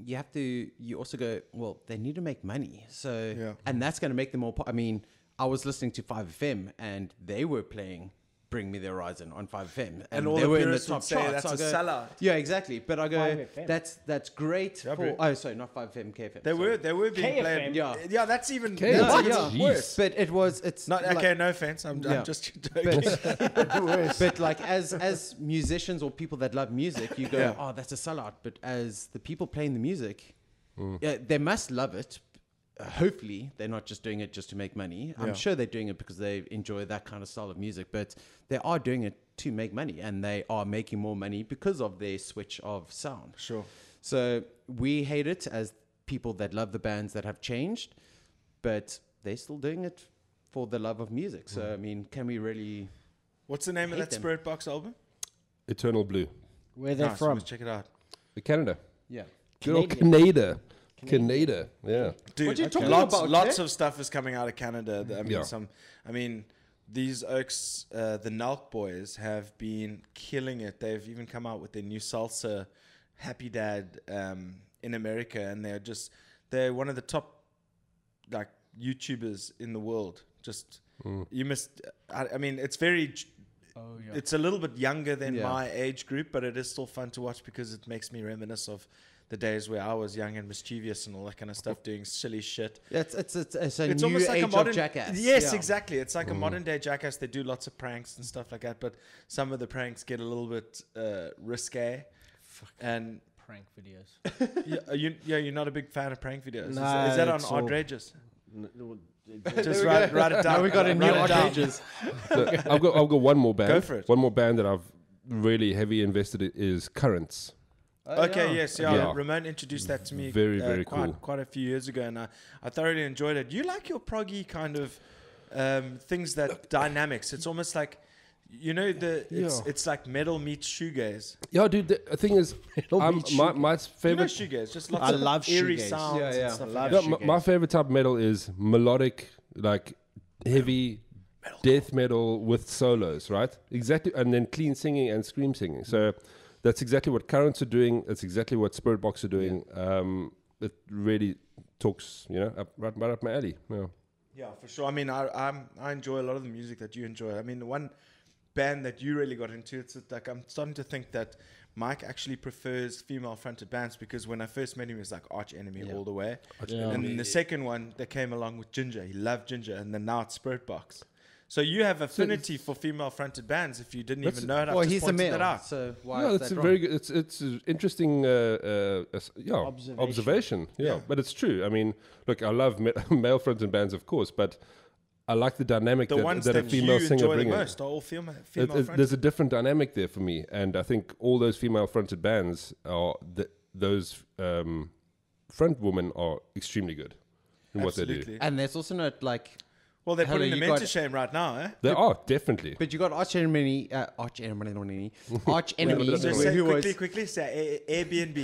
you have to you also go well they need to make money so
Yeah.
and that's going to make them more po- i mean i was listening to 5fm and they were playing bring me the horizon on 5fm and,
all
they
the
were in the
purists would
top
say
charts.
that's
I
a
go,
sellout.
yeah exactly but i go
5FM.
that's that's great
Yeah,
for,
bro.
oh sorry not 5fm kfm
They
sorry.
were they were being
KFM.
played.
Yeah.
yeah, that's even
Okay,
that's
yeah,
even
yeah.
worse.
but it was it's
Not
like-
okay. No offense. I'm,
Yeah.
I'm just [LAUGHS] joking.
but like as as musicians or people that love music, you go,
Yeah.
oh, that's a sellout. But as the people playing the music, yeah, they must love it. Hopefully, they're not just doing it just to make money.
Yeah.
I'm sure they're doing it because they enjoy that kind of style of music, but they are doing it to make money, and they are making more money because of their switch of sound.
sure.
So we hate it as people that love the bands that have changed, but they're still doing it for the love of music.
Mm-hmm.
So I mean, can we really?
What's the name of
Hate
that
them.
Spirit Box album?
Eternal Blue,
Where they're
Nice, I
from.
must check it out.
Canada.
Yeah.
Good old Canada. Canada. Yeah.
Dude,
What you talking
lots,
about,
Lots
Jay?
of stuff is coming out of Canada. that- I mean,
Yeah.
some. I mean, these Oaks, uh, the Nalk boys, have been killing it. They've even come out with their new salsa, Happy Dad, um, in America, and they're just they're one of the top like YouTubers in the world. Just you must. I, I mean, it's very.
Oh yeah.
It's a little bit younger than
Yeah.
my age group, but it is still fun to watch because it makes me reminisce of the days where I was young and mischievous and all that kind of stuff, doing silly shit.
It's it's it's, it's a
It's
new
almost like
age
a modern
of jackass.
Yes,
Yeah. Mm.
exactly. It's like a modern day jackass. They do lots of pranks and stuff like that, but some of the pranks get a little bit uh, risque. And
prank videos.
[LAUGHS] yeah, are you, yeah, you're not a big fan of prank videos. Is-
Nah,
is, that on
it's all-
[LAUGHS]
outrageous?
N-
Just write, write it down.
Now we got a
Write
new
it down.
outrageous.
[LAUGHS]
So I've got I've got one more band.
Go for it.
One more band that I've really heavy invested in is Currents.
Oh,
Okay, yes, yeah.
Yeah.
Ramon introduced that to me uh,
Very, very
quite,
cool.
quite a few years ago, and I, I thoroughly enjoyed it. You like your proggy kind of um, things that dynamics. It's almost like, you know, the it's,
Yeah.
it's like metal meets shoegaze.
Yeah, dude. The the thing
[LAUGHS]
is, um, my my
You know
favorite
shoegaze, just lots
I
of
love
eerie
shoegaze.
sounds
Yeah, yeah.
and stuff
I
like
love
No,
that.
shoegaze.
my, my favorite type of metal is melodic, like heavy death metal with solos, right? Exactly, and then clean singing and scream singing. So that's exactly what Currents are doing. That's exactly what Spirit Box are doing. Um, it really talks, you know, up, right, right up my alley. Yeah.
Yeah, for sure. I mean, I I'm, I enjoy a lot of the music that you enjoy. I mean, the one band that you really got into, it's like I'm starting to think that Mike actually prefers female-fronted bands because when I first met him, he was like Arch Enemy all the way, and then the second one that came along with Ginger, he loved Ginger, and then now it's Spirit Box. So you have affinity for female-fronted bands. If you didn't even know it,
Well,
I just
he's a
pointed that
male,
out.
so why?
No,
is
that's
that
a
wrong?
very good. It's it's an interesting, uh, uh, as- yeah,
Observation.
observation. Yeah.
Yeah.
but it's true. I mean, look, I love ma- [LAUGHS] male fronts and bands, of course, but I like the dynamic
the
that,
ones
that,
that,
a
you
female singer
enjoy the
brings.
most are all female
It- it-
female-fronted.
there's a different dynamic there for me, and I think all those female-fronted bands are th- those um, front women are extremely good in what they do.
Absolutely.
And there's also not like,
Well, they're
Hello,
putting
you
them into
got-
shame right now, eh?
They are definitely.
but you got arch enemy, uh, arch enemy, arch [LAUGHS] enemy,
Just
Just
Wait,
say
who
quickly,
was
quickly say A- A- Airbnb.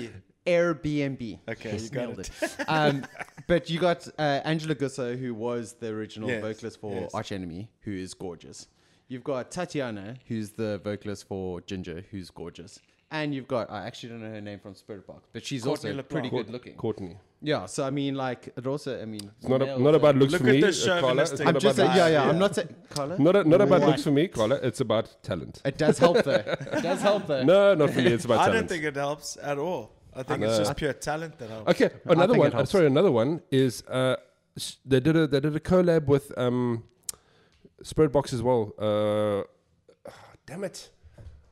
Airbnb.
Okay,
Just
you got
nailed it.
[LAUGHS]
um, but you got uh, Angela Gusso, who was the original
Yes,
vocalist for
yes.
Arch Enemy, who is gorgeous. You've got Tatiana, who's the vocalist for Ginger, who's gorgeous. And you've got, I actually don't know her name from Spirit Box, but she's
Courtney
also
LeBlanc.
pretty
Court-
good looking.
Courtney.
Yeah, so I mean, like, it also, I mean,
It's not, a,
males
not
are-
about looks
Look
for
at
me,
the
uh, Carla.
chauvinistic
It's
I'm
not
just
about
bias.
saying, yeah,
looks.
yeah, I'm not saying, Carla?
Not, a- not about
What?
looks for me, Carla. It's about talent. [LAUGHS]
It does help though. It does help though.
No, not really. It's about
I
talent.
don't think it helps at all. I think it's
know.
just pure talent that I
Okay, another
think
one.
it
I'm
helps.
sorry, another one is uh, s- they did a they did a collab with um, Spirit Box as well. Uh, [SIGHS] ah, damn it,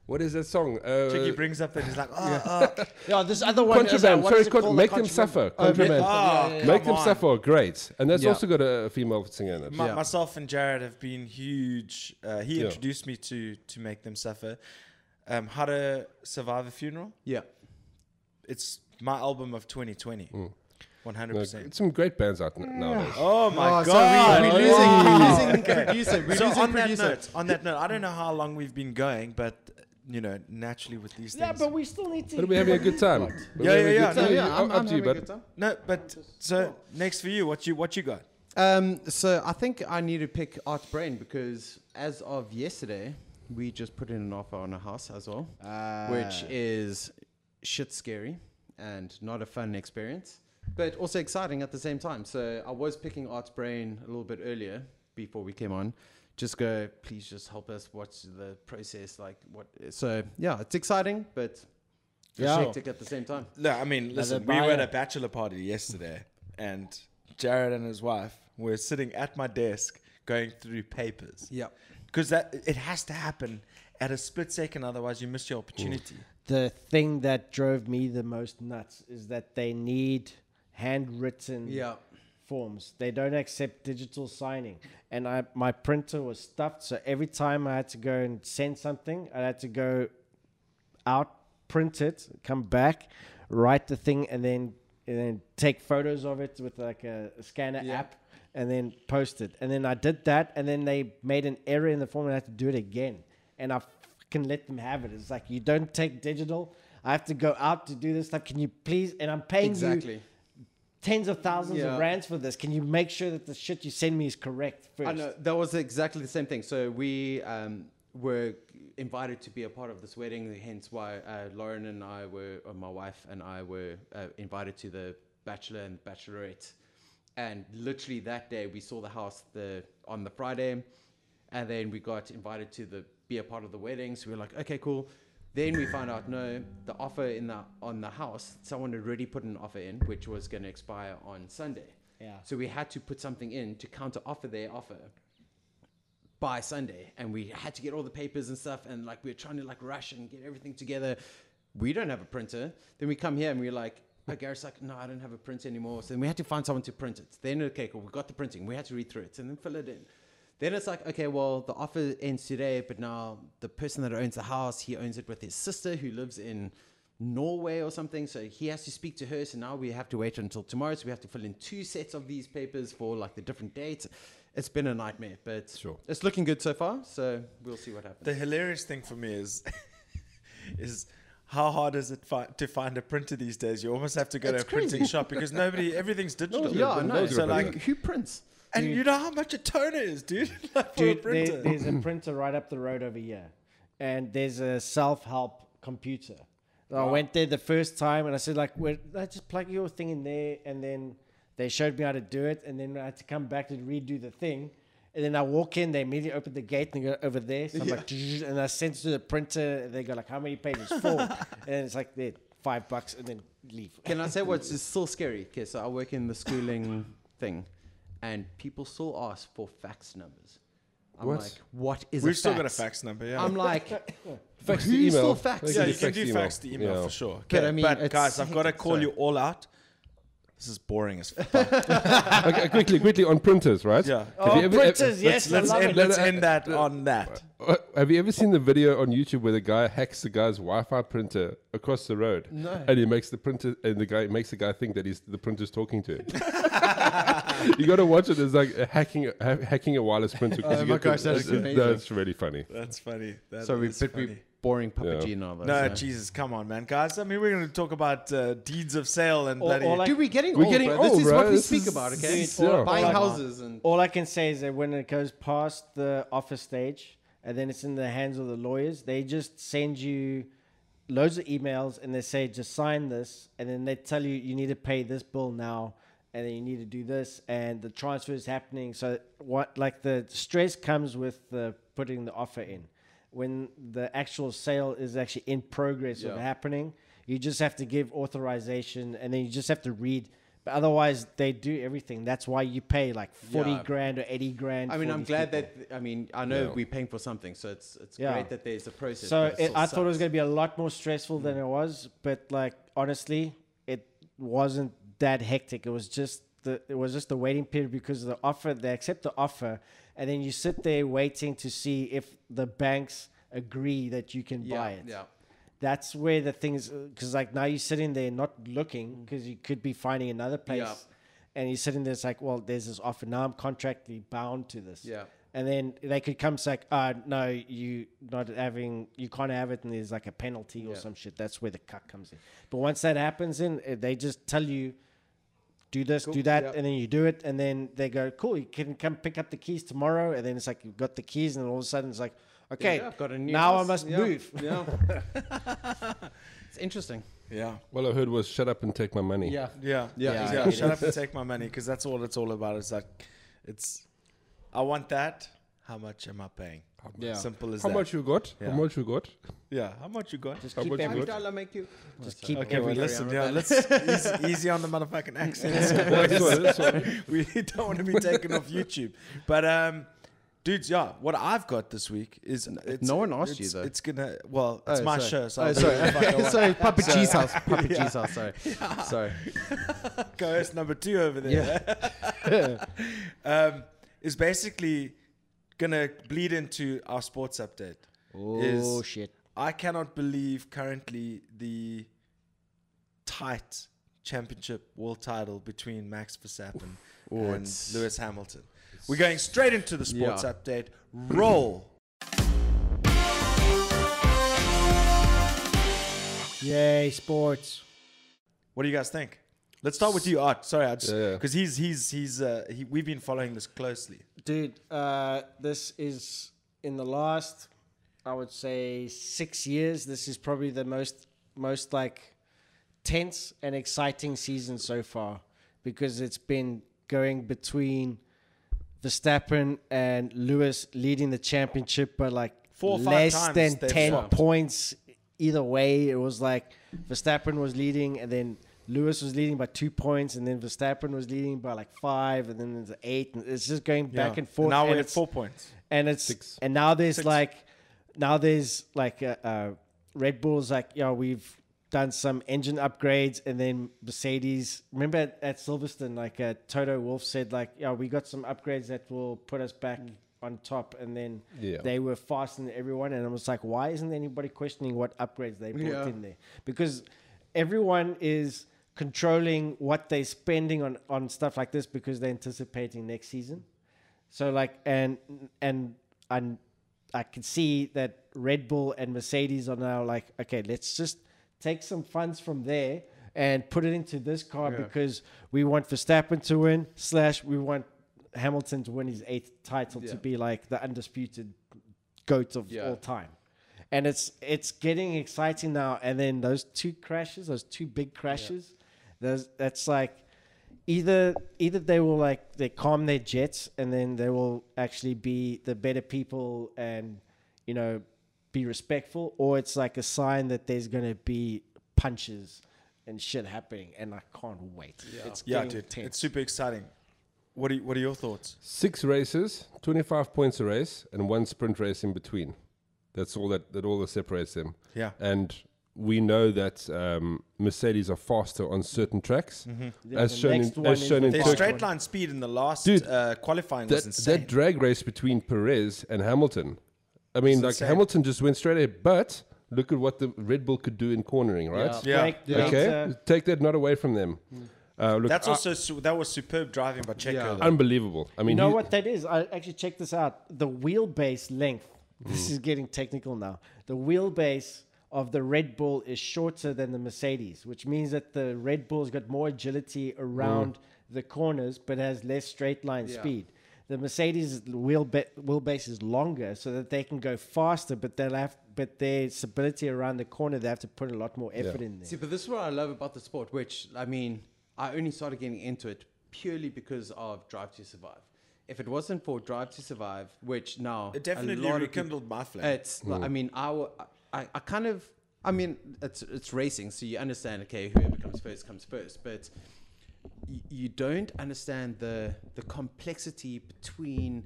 what is that song? Uh,
Chicky brings up and he's like, oh, oh,
Yeah, this other one is uh,
Contraband.
what
Sorry,
is it
con-
called? The
make them
Contraband.
suffer.
Oh, Make
Contraband.
oh, come
Make them
on.
suffer. Great, and that's
Yeah.
also got a, a female singer in it.
My,
Yeah.
Myself and Jared have been huge. Uh, he
Yeah.
introduced me to to make them suffer. Um, How to survive a funeral?
Yeah.
It's my album of 2020, 100.
No,
percent
some great bands out n- nowadays.
Oh my
Oh, so we-
god!
we're losing-
Wow.
we're losing
Okay.
producer. We're
so
losing
on
producer.
that note, on that note, I don't know how long we've been going, but uh, you know, naturally with these
Yeah,
things.
but we still need to.
But we're having a good time. But
Yeah,
we're
yeah,
having a
yeah,
good
no,
time.
yeah,
You- up- up to you, bud.
no, but so next for you, what you what you got?
Um, so I think I need to pick Art Brain because as of yesterday, we just put in an offer on a house as well, which is shit scary and not a fun experience, but also exciting at the same time. So I was picking Art Brain a little bit earlier before we came on. Just go, please just help us watch the process. Like what? So yeah, it's exciting, but
Yeah.
hectic at the same time.
No, I mean, listen, we
buyer.
were at a bachelor party yesterday, and Jared and his wife were sitting at my desk going through papers.
Yeah.
Because that it has to happen at a split second, otherwise you miss your opportunity.
the thing that drove me the most nuts is that they need handwritten
Yeah.
forms. They don't accept digital signing. And I my printer was stuffed, so every time I had to go and send something, I had to go out, print it, come back, write the thing, and then and then take photos of it with like a scanner
Yeah.
app. And then post it. And then I did that. And then they made an error in the form and I had to do it again. And I can let them have it. It's like, you don't take digital. I have to go out to do this stuff. Can you please? And I'm paying you
Exactly.
tens of thousands
Yeah.
of rands for this. Can you make sure that the shit you send me is correct first?
I know that was exactly the same thing. So we um, were invited to be a part of this wedding, hence why uh, Lauren and I were, or my wife and I were uh, invited to the bachelor and bachelorette. And literally that day, we saw the house the on the Friday, and then we got invited to the be a part of the wedding. So we were like, okay, cool. Then we found out no, the offer in the on the house, someone had already put an offer in, which was going to expire on Sunday.
Yeah.
So we had to put something in to counter offer their offer by Sunday, and we had to get all the papers and stuff, and like we were trying to like rush and get everything together. We don't have a printer. Then we come here and we're like, oh, Gareth's like, no, I don't have a printer anymore. So then we had to find someone to print it. Then okay, cool, we got the printing. We had to read through it and then fill it in. Then it's like, okay, well, the offer ends today, but now the person that owns the house, he owns it with his sister who lives in Norway or something. So he has to speak to her. So now we have to wait until tomorrow. So we have to fill in two sets of these papers for like the different dates. It's been a nightmare, but
Sure.
it's looking good so far. So we'll see what happens.
The hilarious thing for me is [LAUGHS] is how hard is it fi- to find a printer these days? You almost have to go
It's
to a printing
crazy.
shop because nobody everything's digital.
yeah, Oh, no.
those are
So like,
better.
who prints?
And you know how much a toner is, dude. [LAUGHS] like for a
Dude, there-
printer.
there's a printer right up the road over here, and there's a self-help computer. So I went there the first time, and I said like, "Well, I just plug your thing in there," and then they showed me how to do it, and then I had to come back to redo the thing. And then I walk in, they immediately open the gate and they go over there. So I'm like, [LAUGHS] "Tsh," and I send it to the printer. And they go like, "How many pages? [LAUGHS] Four." and it's like, "There, five bucks," and then leave.
Can I say what's is still scary? Okay, so I work in the schooling thing, and people still ask for fax numbers. I'm
What?
like, what is a
We've still got a
fax?
fax number, yeah.
I'm
[LAUGHS]
like,
Fax to
Who still
email.
faxes?
They
yeah,
can
you can do fax to email
Yeah.
for sure. Okay,
But
but,
I mean, it's
guys, I've got to
hectic,
call
so-
you all out. This is boring
[LAUGHS]
as fuck.
Okay, quickly, quickly on printers, right?
Yeah.
Have
Oh,
you ever-
printers, yes,
let's
I love
end,
it.
let's end that on that.
Uh, Have you ever seen the video on YouTube where the guy hacks the guy's Wi-Fi printer across the road?
No.
And he makes the printer and the guy makes the guy think that he's the printer's talking to him. [LAUGHS] you got to watch it. It's like hacking ha- hacking a wireless printer. 'cause
Oh
you
my
get the-
gosh, that is
it's- it's-
amazing.
That's really funny.
That's funny. That's
so we, but we boring Papa
Yeah.
G now. Though,
No,
so.
Jesus, come on, man, guys. I mean, we're going to talk about uh, deeds of sale and
Or-
bloody.
or like-
Dude, we're getting
We're
old,
getting
bro.
old,
This is
bro.
what we
This
speak
is-
about, okay?
Dude, all-
Buying
all I-
houses and
All I can say is that when it goes past the office stage and then it's in the hands of the lawyers, they just send you loads of emails and they say, just sign this. And then they tell you, you need to pay this bill now. And then you need to do this. And the transfer is happening. So, what like the stress comes with the putting the offer in when the actual sale is actually in progress
Yeah.
of happening. You just have to give authorization, and then you just have to read. But otherwise, they do everything. That's why you pay like forty
Yeah.
grand or eighty grand.
I mean,
for
I'm
these
glad
people.
that I mean I know
Yeah.
we're paying for something, so it's it's
Yeah.
great that there's a process.
So
but
it,
still
I thought it was
sucks.
going to be a lot more stressful than it was, but like honestly, it wasn't that hectic. It was just the it was just the waiting period because the offer they accept the offer, and then you sit there waiting to see if the banks agree that you can
yeah,
buy it.
Yeah.
That's where the things because like now you're sitting there not looking because you could be finding another place,
Mm. Yeah.
and you're sitting there it's like, well, there's this offer now. I'm contractually bound to this.
Yeah.
And then they could come say, uh, no, you not having, you can't have it, and there's like a penalty or
Yeah.
some shit. That's where the cut comes in. But once that happens, in eh, they just tell you, do this,
Cool,
do that,
yeah.
and then you do it, and then they go, cool, you can come pick up the keys tomorrow, and then it's like you've got the keys, and all of a sudden it's like, okay,
Yeah, I've got a new
now
house.
I must
Yeah,
move.
Yeah. it's interesting.
Yeah.
All I heard was shut up and take my money.
Yeah.
Yeah,
Yeah,
yeah.
exactly.
Shut up and take my money because that's all it's all about. It's like, it's, I want that. How much am I paying?
Yeah.
Simple as
How
that.
much you got?
Yeah.
How much you got?
Yeah, how much you got?
Just
How
keep
much you
every-
got?
I'll make you.
[LAUGHS] just keep
okay, well,
every-
listen,
I'm
yeah,
about
let's easy, easy on the
[LAUGHS]
motherfucking accents.
That's what- that's what-
[LAUGHS] we don't want to be taken off YouTube. But um, dudes, yeah, what I've got this week is it's,
no one asked you,
it's-
though.
It's gonna well, it's my show, so
oh,
I'll do
sorry.
[LAUGHS] it if I don't want-
sorry. Papa G's house. Papa G's house. Sorry. Sorry.
co-host number two over there.
Yeah.
[LAUGHS] um, is basically gonna bleed into our sports update.
Oh
is-
shit!
I cannot believe currently the tight championship world title between Max Verstappen and
it's-
Lewis Hamilton. We're going straight into the sports
Yeah.
update. Roll.
Yay, sports!
What do you guys think? Let's start with you, Art. Sorry, I just
Yeah, yeah.
because he's he's he's uh, he, we've been following this closely.
dude uh, this is in the last i would say six years this is probably the most most like tense and exciting season so far because it's been going between Verstappen and Lewis leading the championship by like
Four or five
less
times
than
they've
10
swapped.
points either way. It was like Verstappen was leading and then Lewis was leading by two points and then Verstappen was leading by like five and then there's eight. And it's just going back
Yeah.
and forth.
now
and
we're at
it's-
four points.
and it's and now there's like now there's like uh, uh, Red Bull's like yeah we've done some engine upgrades and then Mercedes remember at, at Silverstone like uh, Toto Wolf said like yeah we got some upgrades that will put us back on top and then
Yeah.
they were faster than everyone and I was like why isn't anybody questioning what upgrades they brought
Yeah.
in there because everyone is controlling what they're spending on on stuff like this because they're anticipating next season so like and and and I can see that Red Bull and Mercedes are now like, okay, let's just take some funds from there and put it into this car because we want Verstappen to win, slash we want Hamilton to win his eighth title
Yeah.
to be like the undisputed goat of
Yeah.
all time. And it's it's getting exciting now. And then those two crashes, those two big crashes, those that's like either either they will like they calm their jets and then they will actually be the better people and you know be respectful or it's like a sign that there's going to be punches and shit happening and i can't wait yeah, it's
Yeah,
getting
dude,
tense.
it's super exciting. What are, what are your thoughts?
Six races, 25 points a race, and one sprint race in between. That's all that, that all that separates them.
Yeah.
And we know that um, Mercedes are faster on certain tracks, as
Mm-hmm. the
shown
next
in,
one
as
is
shown
the
in
Their
Fuck.
Turkey.
straight line speed in the last
Dude,
uh, qualifying was
That,
insane.
that drag race between Perez and Hamilton. I mean, like
insane.
Hamilton just went straight ahead, but look at what the Red Bull could do in cornering, right?
Yeah.
Like,
Yeah.
like,
Okay,
uh, Mm.
take that not away from them. Uh, look,
That's
I-
also su- that was superb driving by Checo.
Yeah.
though.
unbelievable. I mean,
you know
he-
what that is? I actually checked this out. The wheelbase length. This is getting technical now. The wheelbase of the Red Bull is shorter than the Mercedes, which means that the Red Bull's got more agility around the corners, but has less straight line
Yeah.
speed. The Mercedes wheelba- wheelbase is longer, so that they can go faster, but they'll have but their stability around the corner, they have to put a lot more effort in there.
See, but this is what I love about the sport, which I mean, I only started getting into it purely because of Drive to Survive. If it wasn't for Drive to Survive, which now
It
a
definitely
lot of peop-
rekindled my flame.
it's. like- I mean, I, wa- I, I kind of I mean, it's it's racing, so you understand. Okay, whoever comes first comes first, but y- you don't understand the the complexity between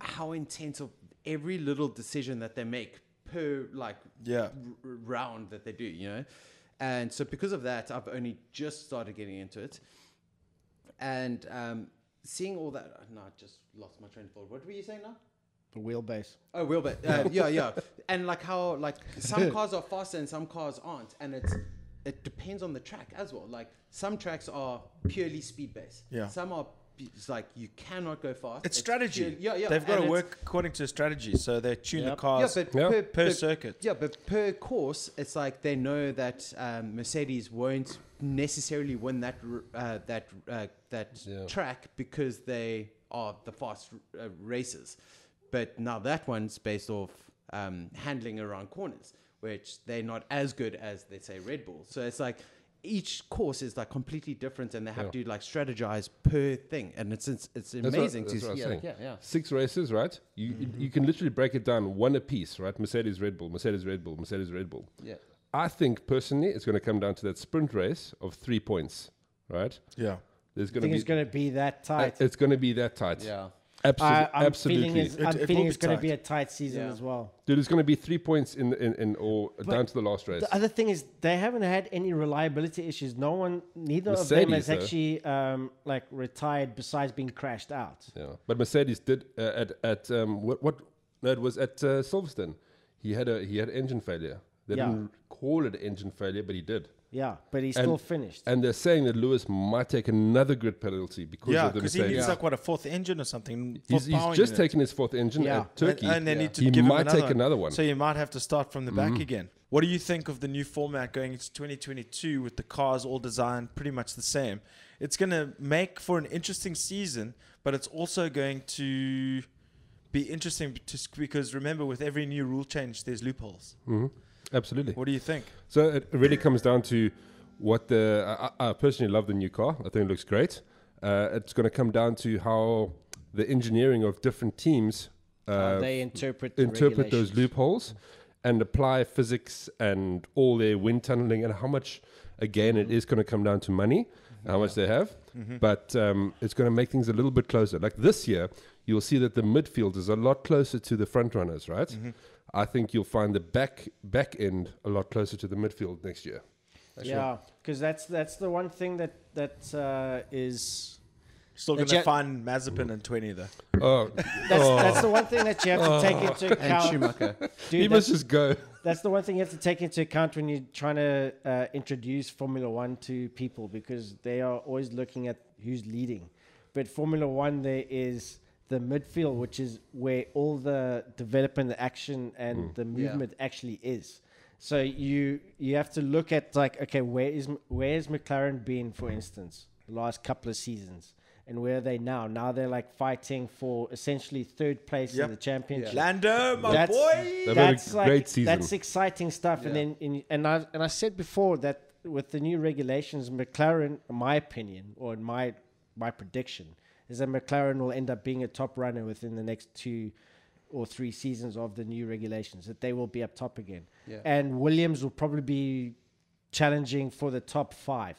how intense of every little decision that they make per like
Yeah.
r- r- round that they do, you know. And so because of that, I've only just started getting into it, and um, seeing all that. No, I just lost my train of thought. What were you saying now?
The wheelbase.
Oh, will but uh, yeah, yeah, and like how
[LAUGHS]
like some cars are faster and some cars aren't, and it's it depends on the track as well. Like some tracks are purely speed based.
Yeah.
Some are p- it's like you cannot go fast.
It's strategy.
purely- yeah, yeah.
They've got
and
to
it's-
work according to strategy. So they tune the
Yep.
cars
yeah, but
Yeah.
Per,
per circuit.
Yeah, but per course, it's like they know that um, Mercedes won't necessarily win that r- uh, that uh, that
Yeah.
track because they are the fast r- uh, racers. But now that one's based off um, handling around corners, which they're not as good as they say Red Bull. So it's like each course is like completely different, and they have
Yeah.
to like strategize per thing, and it's it's, it's
That's what-
amazing
that's
to
what I was
see.
saying.
yeah, yeah. Mm-hmm.
Six races, right? You you can literally break it down one a piece, right? Mercedes, Red Bull, Mercedes, Red Bull, Mercedes, Red Bull.
yeah.
I think personally, it's going to come down to that sprint race of three points, right?
yeah.
There's
I
going to
think
be
it's going to be that tight.
it's going to be that tight.
Yeah.
Absolutely,
I, am
absolutely,
feeling it's,
It-
I'm
it will
feeling
be
it's going
tight.
to be a tight season
Yeah.
as well.
dude. It's going to be three points in in, in or down to the last race.
The other thing is they haven't had any reliability issues. No one, neither of them
Mercedes,
has
though.
actually um, like retired besides being crashed out.
Yeah, but Mercedes did uh, at at um, what what no, it was at uh, Silverstone. He had a he had engine failure. They
Yeah.
didn't call it engine failure, but he did.
Yeah, but he's
And-
still finished.
And they're saying that Lewis might take another grid penalty because
Yeah,
of the
because he
Mercedes.
needs like what a fourth engine or something.
He's,
fourth
he's
power
just
unit.
taken his fourth engine
Yeah.
at Turkey.
And, and they need to
he
give him
might
another
take another one. Mm-hmm.
So you might have to start from the back again. What do you think of the new format going into 2022 with the cars all designed pretty much the same? It's going to make for an interesting season, but it's also going to be interesting to, s- because remember, with every new rule change, there's loopholes.
Absolutely.
What do you think?
So it really comes down to what the. I- I, I personally love the new car. I think it looks great. Uh, it's going to come down to how the engineering of different teams
How
uh,
they interpret the
interpret those
regulations.
loopholes and apply physics and all their wind tunneling and how much again
Mm-hmm.
it is going to come down to money how much they have but um, it's going to make things a little bit closer like this year you'll see that the midfield is a lot closer to the front runners right
Mm-hmm.
i think you'll find the back back end a lot closer to the midfield next year
yeah, because that's that's the one thing that that uh, is
Still
The
going to
jet-
find Mazepin and 20, though.
[LAUGHS]
oh
that's, that's the one thing that you have to take into
And
account.
Schumacher.
Dude,
he
that's,
must just go
that's the one thing you have to take into account when you're trying to uh, introduce Formula One to people because they are always looking at who's leading. But Formula One, there is the midfield, which is where all the development, the action, and the movement actually is. So you you have to look at like okay, where is M- where is McLaren been for instance the last couple of seasons, and where are they now? Now they're like fighting for essentially third place
Yep.
in the championship
Lando, my
that's,
boy!
They've had a
that's like,
great season.
That's exciting stuff. And
Yeah.
then in, and I and I said before that with the new regulations, McLaren, in my opinion, or in my my prediction, is that McLaren will end up being a top runner within the next two or three seasons of the new regulations. That they will be up top again.
Yeah.
And Williams will probably be challenging for the top five.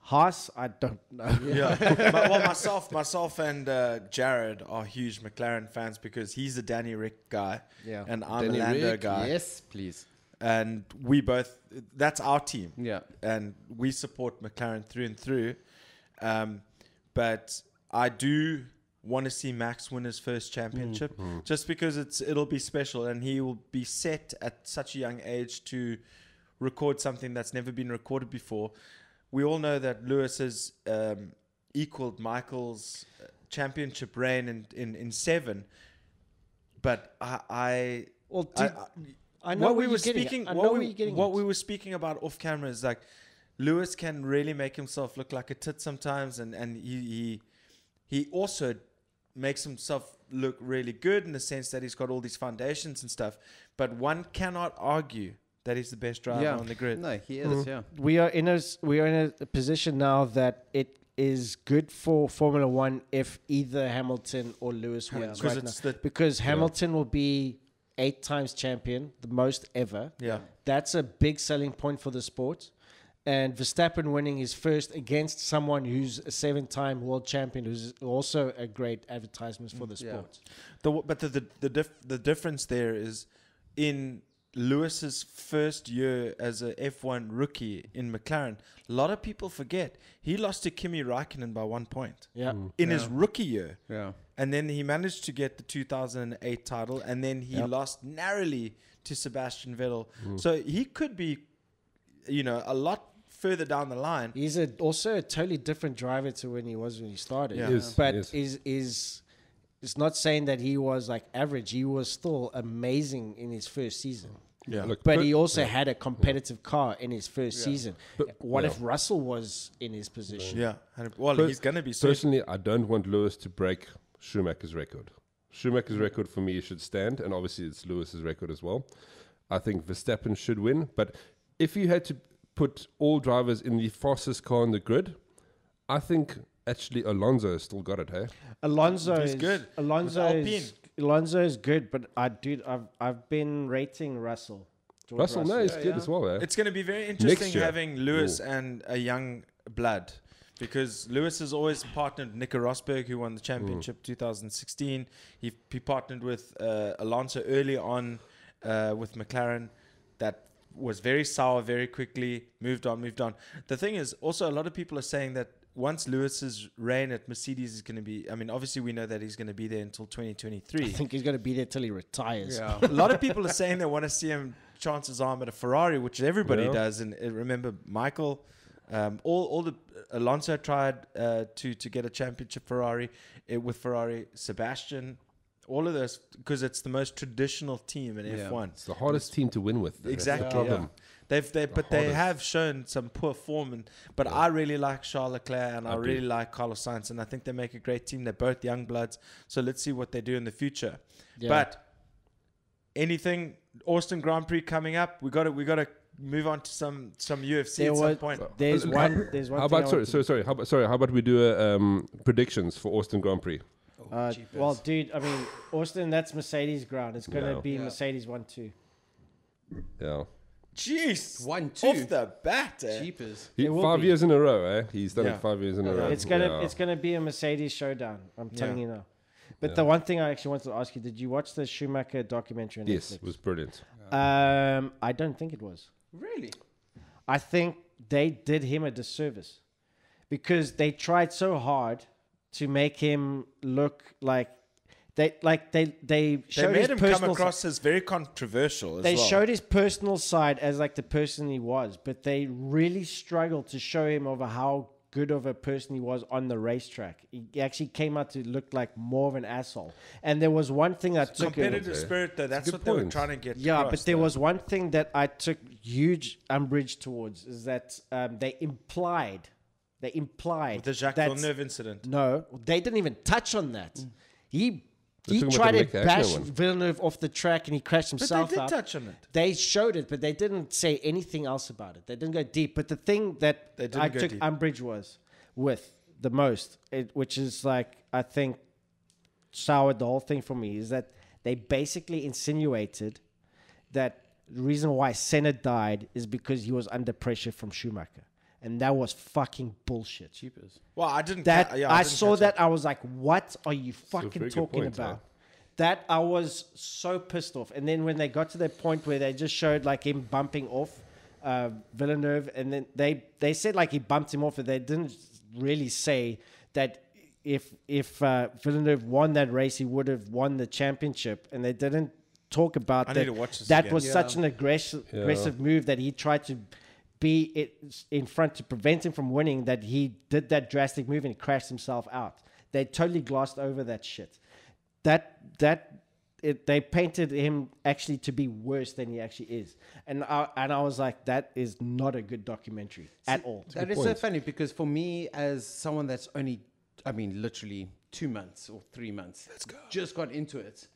Haas, I don't know.
Yeah. [LAUGHS] but, well, myself, myself, and uh, Jared are huge McLaren fans because he's a Danny Rick guy,
Yeah.
and I'm a Lando guy,
Yes, please.
and we both. That's our team,
Yeah.
and we support McLaren through and through. Um, but I do want to see Max win his first championship, just because it's it'll be special, and he will be set at such a young age to record something that's never been recorded before. We all know that Lewis has um, equaled Michael's uh, championship reign in, in, in seven, but I, I
Well,
I-
dude, I, know
what
where
we
you're
were
getting at.
speaking,
I know
what,
where
we,
you're getting
what
at.
we were speaking about off camera is like Lewis can really make himself look like a tit sometimes, and and he he, he also makes himself look really good in the sense that he's got all these foundations and stuff. But one cannot argue that he's the best driver
yeah.
on the grid.
No, he is. Yeah.
we are in a s- we are in a position now that it is good for Formula One if either Hamilton or Lewis wins
Because
right
it's
now.
the-
because Hamilton will be eight times champion, the most ever.
Yeah.
That's a big selling point for the sport. And Verstappen winning his first against someone who's a seven time world champion, who's also a great advertisement for
Mm,
the
Yeah.
sport.
The, w- but the the the, dif- the difference there is in Lewis's first year as a F1 rookie in McLaren. A lot of people forget he lost to Kimi Raikkonen by one point
Yeah.
in his
Yeah.
rookie year,
Yeah.
and then he managed to get the 2008 title, and then he
Yep.
lost narrowly to Sebastian Vettel. So he could be, you know, a lot further down the line.
He's a, also a totally different driver to when he was when he started.
Yeah.
Yes,
but
yes.
is is it's not saying that he was like average. He was still amazing in his first season.
Yeah.
Look,
But
per-
he also had a competitive car in his first season.
But-
what
yeah.
if Russell was in his position?
Yeah, and- well,
Per-
he's going to be soon.
Personally, I don't want Lewis to break Schumacher's record. Schumacher's record for me should stand, and obviously it's Lewis's record as well. I think Verstappen should win, but if you had to put all drivers in the fastest car on the grid, I think actually Alonso still got it. Hey,
Alonso
He's
is
good.
Alonso
With
is, Alonso is good, but I dude, I've I've been rating Russell. George
Russell, no, he's
Yeah,
good
yeah.
as well. Eh?
It's going to be very interesting
year.
having Lewis and a young blood because Lewis has always partnered with Nico Rosberg, who won the championship 2016. He, he partnered with uh, Alonso early on uh, with McLaren. That was very sour very quickly, moved on, moved on. The thing is, also, a lot of people are saying that once Lewis's reign at Mercedes is going to be, I mean, obviously, we know that he's going to be there until 2023
I think he's gonna be there till he retires.
[LAUGHS] Yeah.
a lot of people are saying they want to see him. Chances are, him at a Ferrari, which everybody
Yeah.
does. And uh, remember, Michael, um, all all the Alonso tried uh, to to get a championship Ferrari uh, with Ferrari. Sebastian, all of those because it's the most traditional team in
Yeah.
F1.
It's the hardest team to win with. eh?
Exactly.
That's the
yeah.
problem.
They've they but they
hardest.
have shown some poor form and but I really like Charles Leclerc and I,
I do.
really like Carlos Sainz and I think they make a great team. They're both young bloods. So let's see what they do in the future.
Yeah.
But anything Austin Grand Prix coming up, we gotta we gotta move on to some some UFC
There
at
was-
some point.
There's
Uh,
one there's one
[LAUGHS] How
thing I
about sorry,
want to-
sorry, sorry, how about, sorry? How about we do a, um, predictions for Austin Grand Prix?
Uh, well, dude, I mean, Austin, that's Mercedes ground. It's gonna
Yeah.
be
Yeah.
Mercedes one two.
Yeah,
Jeez.
One, two.
Off the bat. eh?
Cheapers.
He-
It will
five
be.
years in a row. Eh, he's done
Yeah.
it five years in a row.
It's gonna
Yeah.
it's gonna be a Mercedes showdown. I'm telling
Yeah.
you now. But the
Yeah.
one thing I actually wanted to ask you: Did you watch the Schumacher documentary? On
yes,
Netflix?
it was brilliant.
Um, I don't think it was.
Really?
I think they did him a disservice because they tried so hard to make him look like they like they they
They
showed his
made him come
personal
across as very controversial as
they
well.
showed his personal side as like the person he was, but they really struggled to show him over how good of a person he was on the racetrack. He actually came out to look like more of an asshole. And there was one thing I took
competitive spirit though, that's
good
what they were
point.
trying to get.
yeah,
across
but there
though.
was one thing that I took huge umbrage towards is that um, they implied, they implied
the Jacques
that's-
Villeneuve Mm. incident.
No, they didn't even touch on that. He he
talking about
tried
the
to
Mick Hackner
bash
one.
Villeneuve off the track and he crashed
But
himself
they did
up.
touch on it.
They showed it, but they didn't say anything else about it. They didn't go deep. But the thing that
They didn't
I
go
took
deep.
umbrage was with the most, it, which is like I think soured the whole thing for me, is that they basically insinuated that the reason why Senna died is because he was under pressure from Schumacher, and that was fucking bullshit.
Cheapers.
Well, I didn't.
That
ca- yeah,
I,
didn't
saw
catch it.
that I was like, "What are you fucking
very good
talking
point,
about?"
man.
That I was so pissed off. And then when they got to that point where they just showed like him bumping off uh, Villeneuve, and then they they said like he bumped him off, but they didn't really say that if if uh, Villeneuve won that race, he would have won the championship, and they didn't talk about
I
that.
need to watch this
that
again.
was
Yeah.
such an aggressive aggressive move that he tried to be it in front to prevent him from winning that he did that drastic move and crashed himself out. They totally glossed over that shit. That that it, they painted him actually to be worse than he actually is, and I, and I was like, that is not a good documentary at all.
That is so funny because for me, as someone that's only, I mean, literally two months or three months, let's go, just got into it.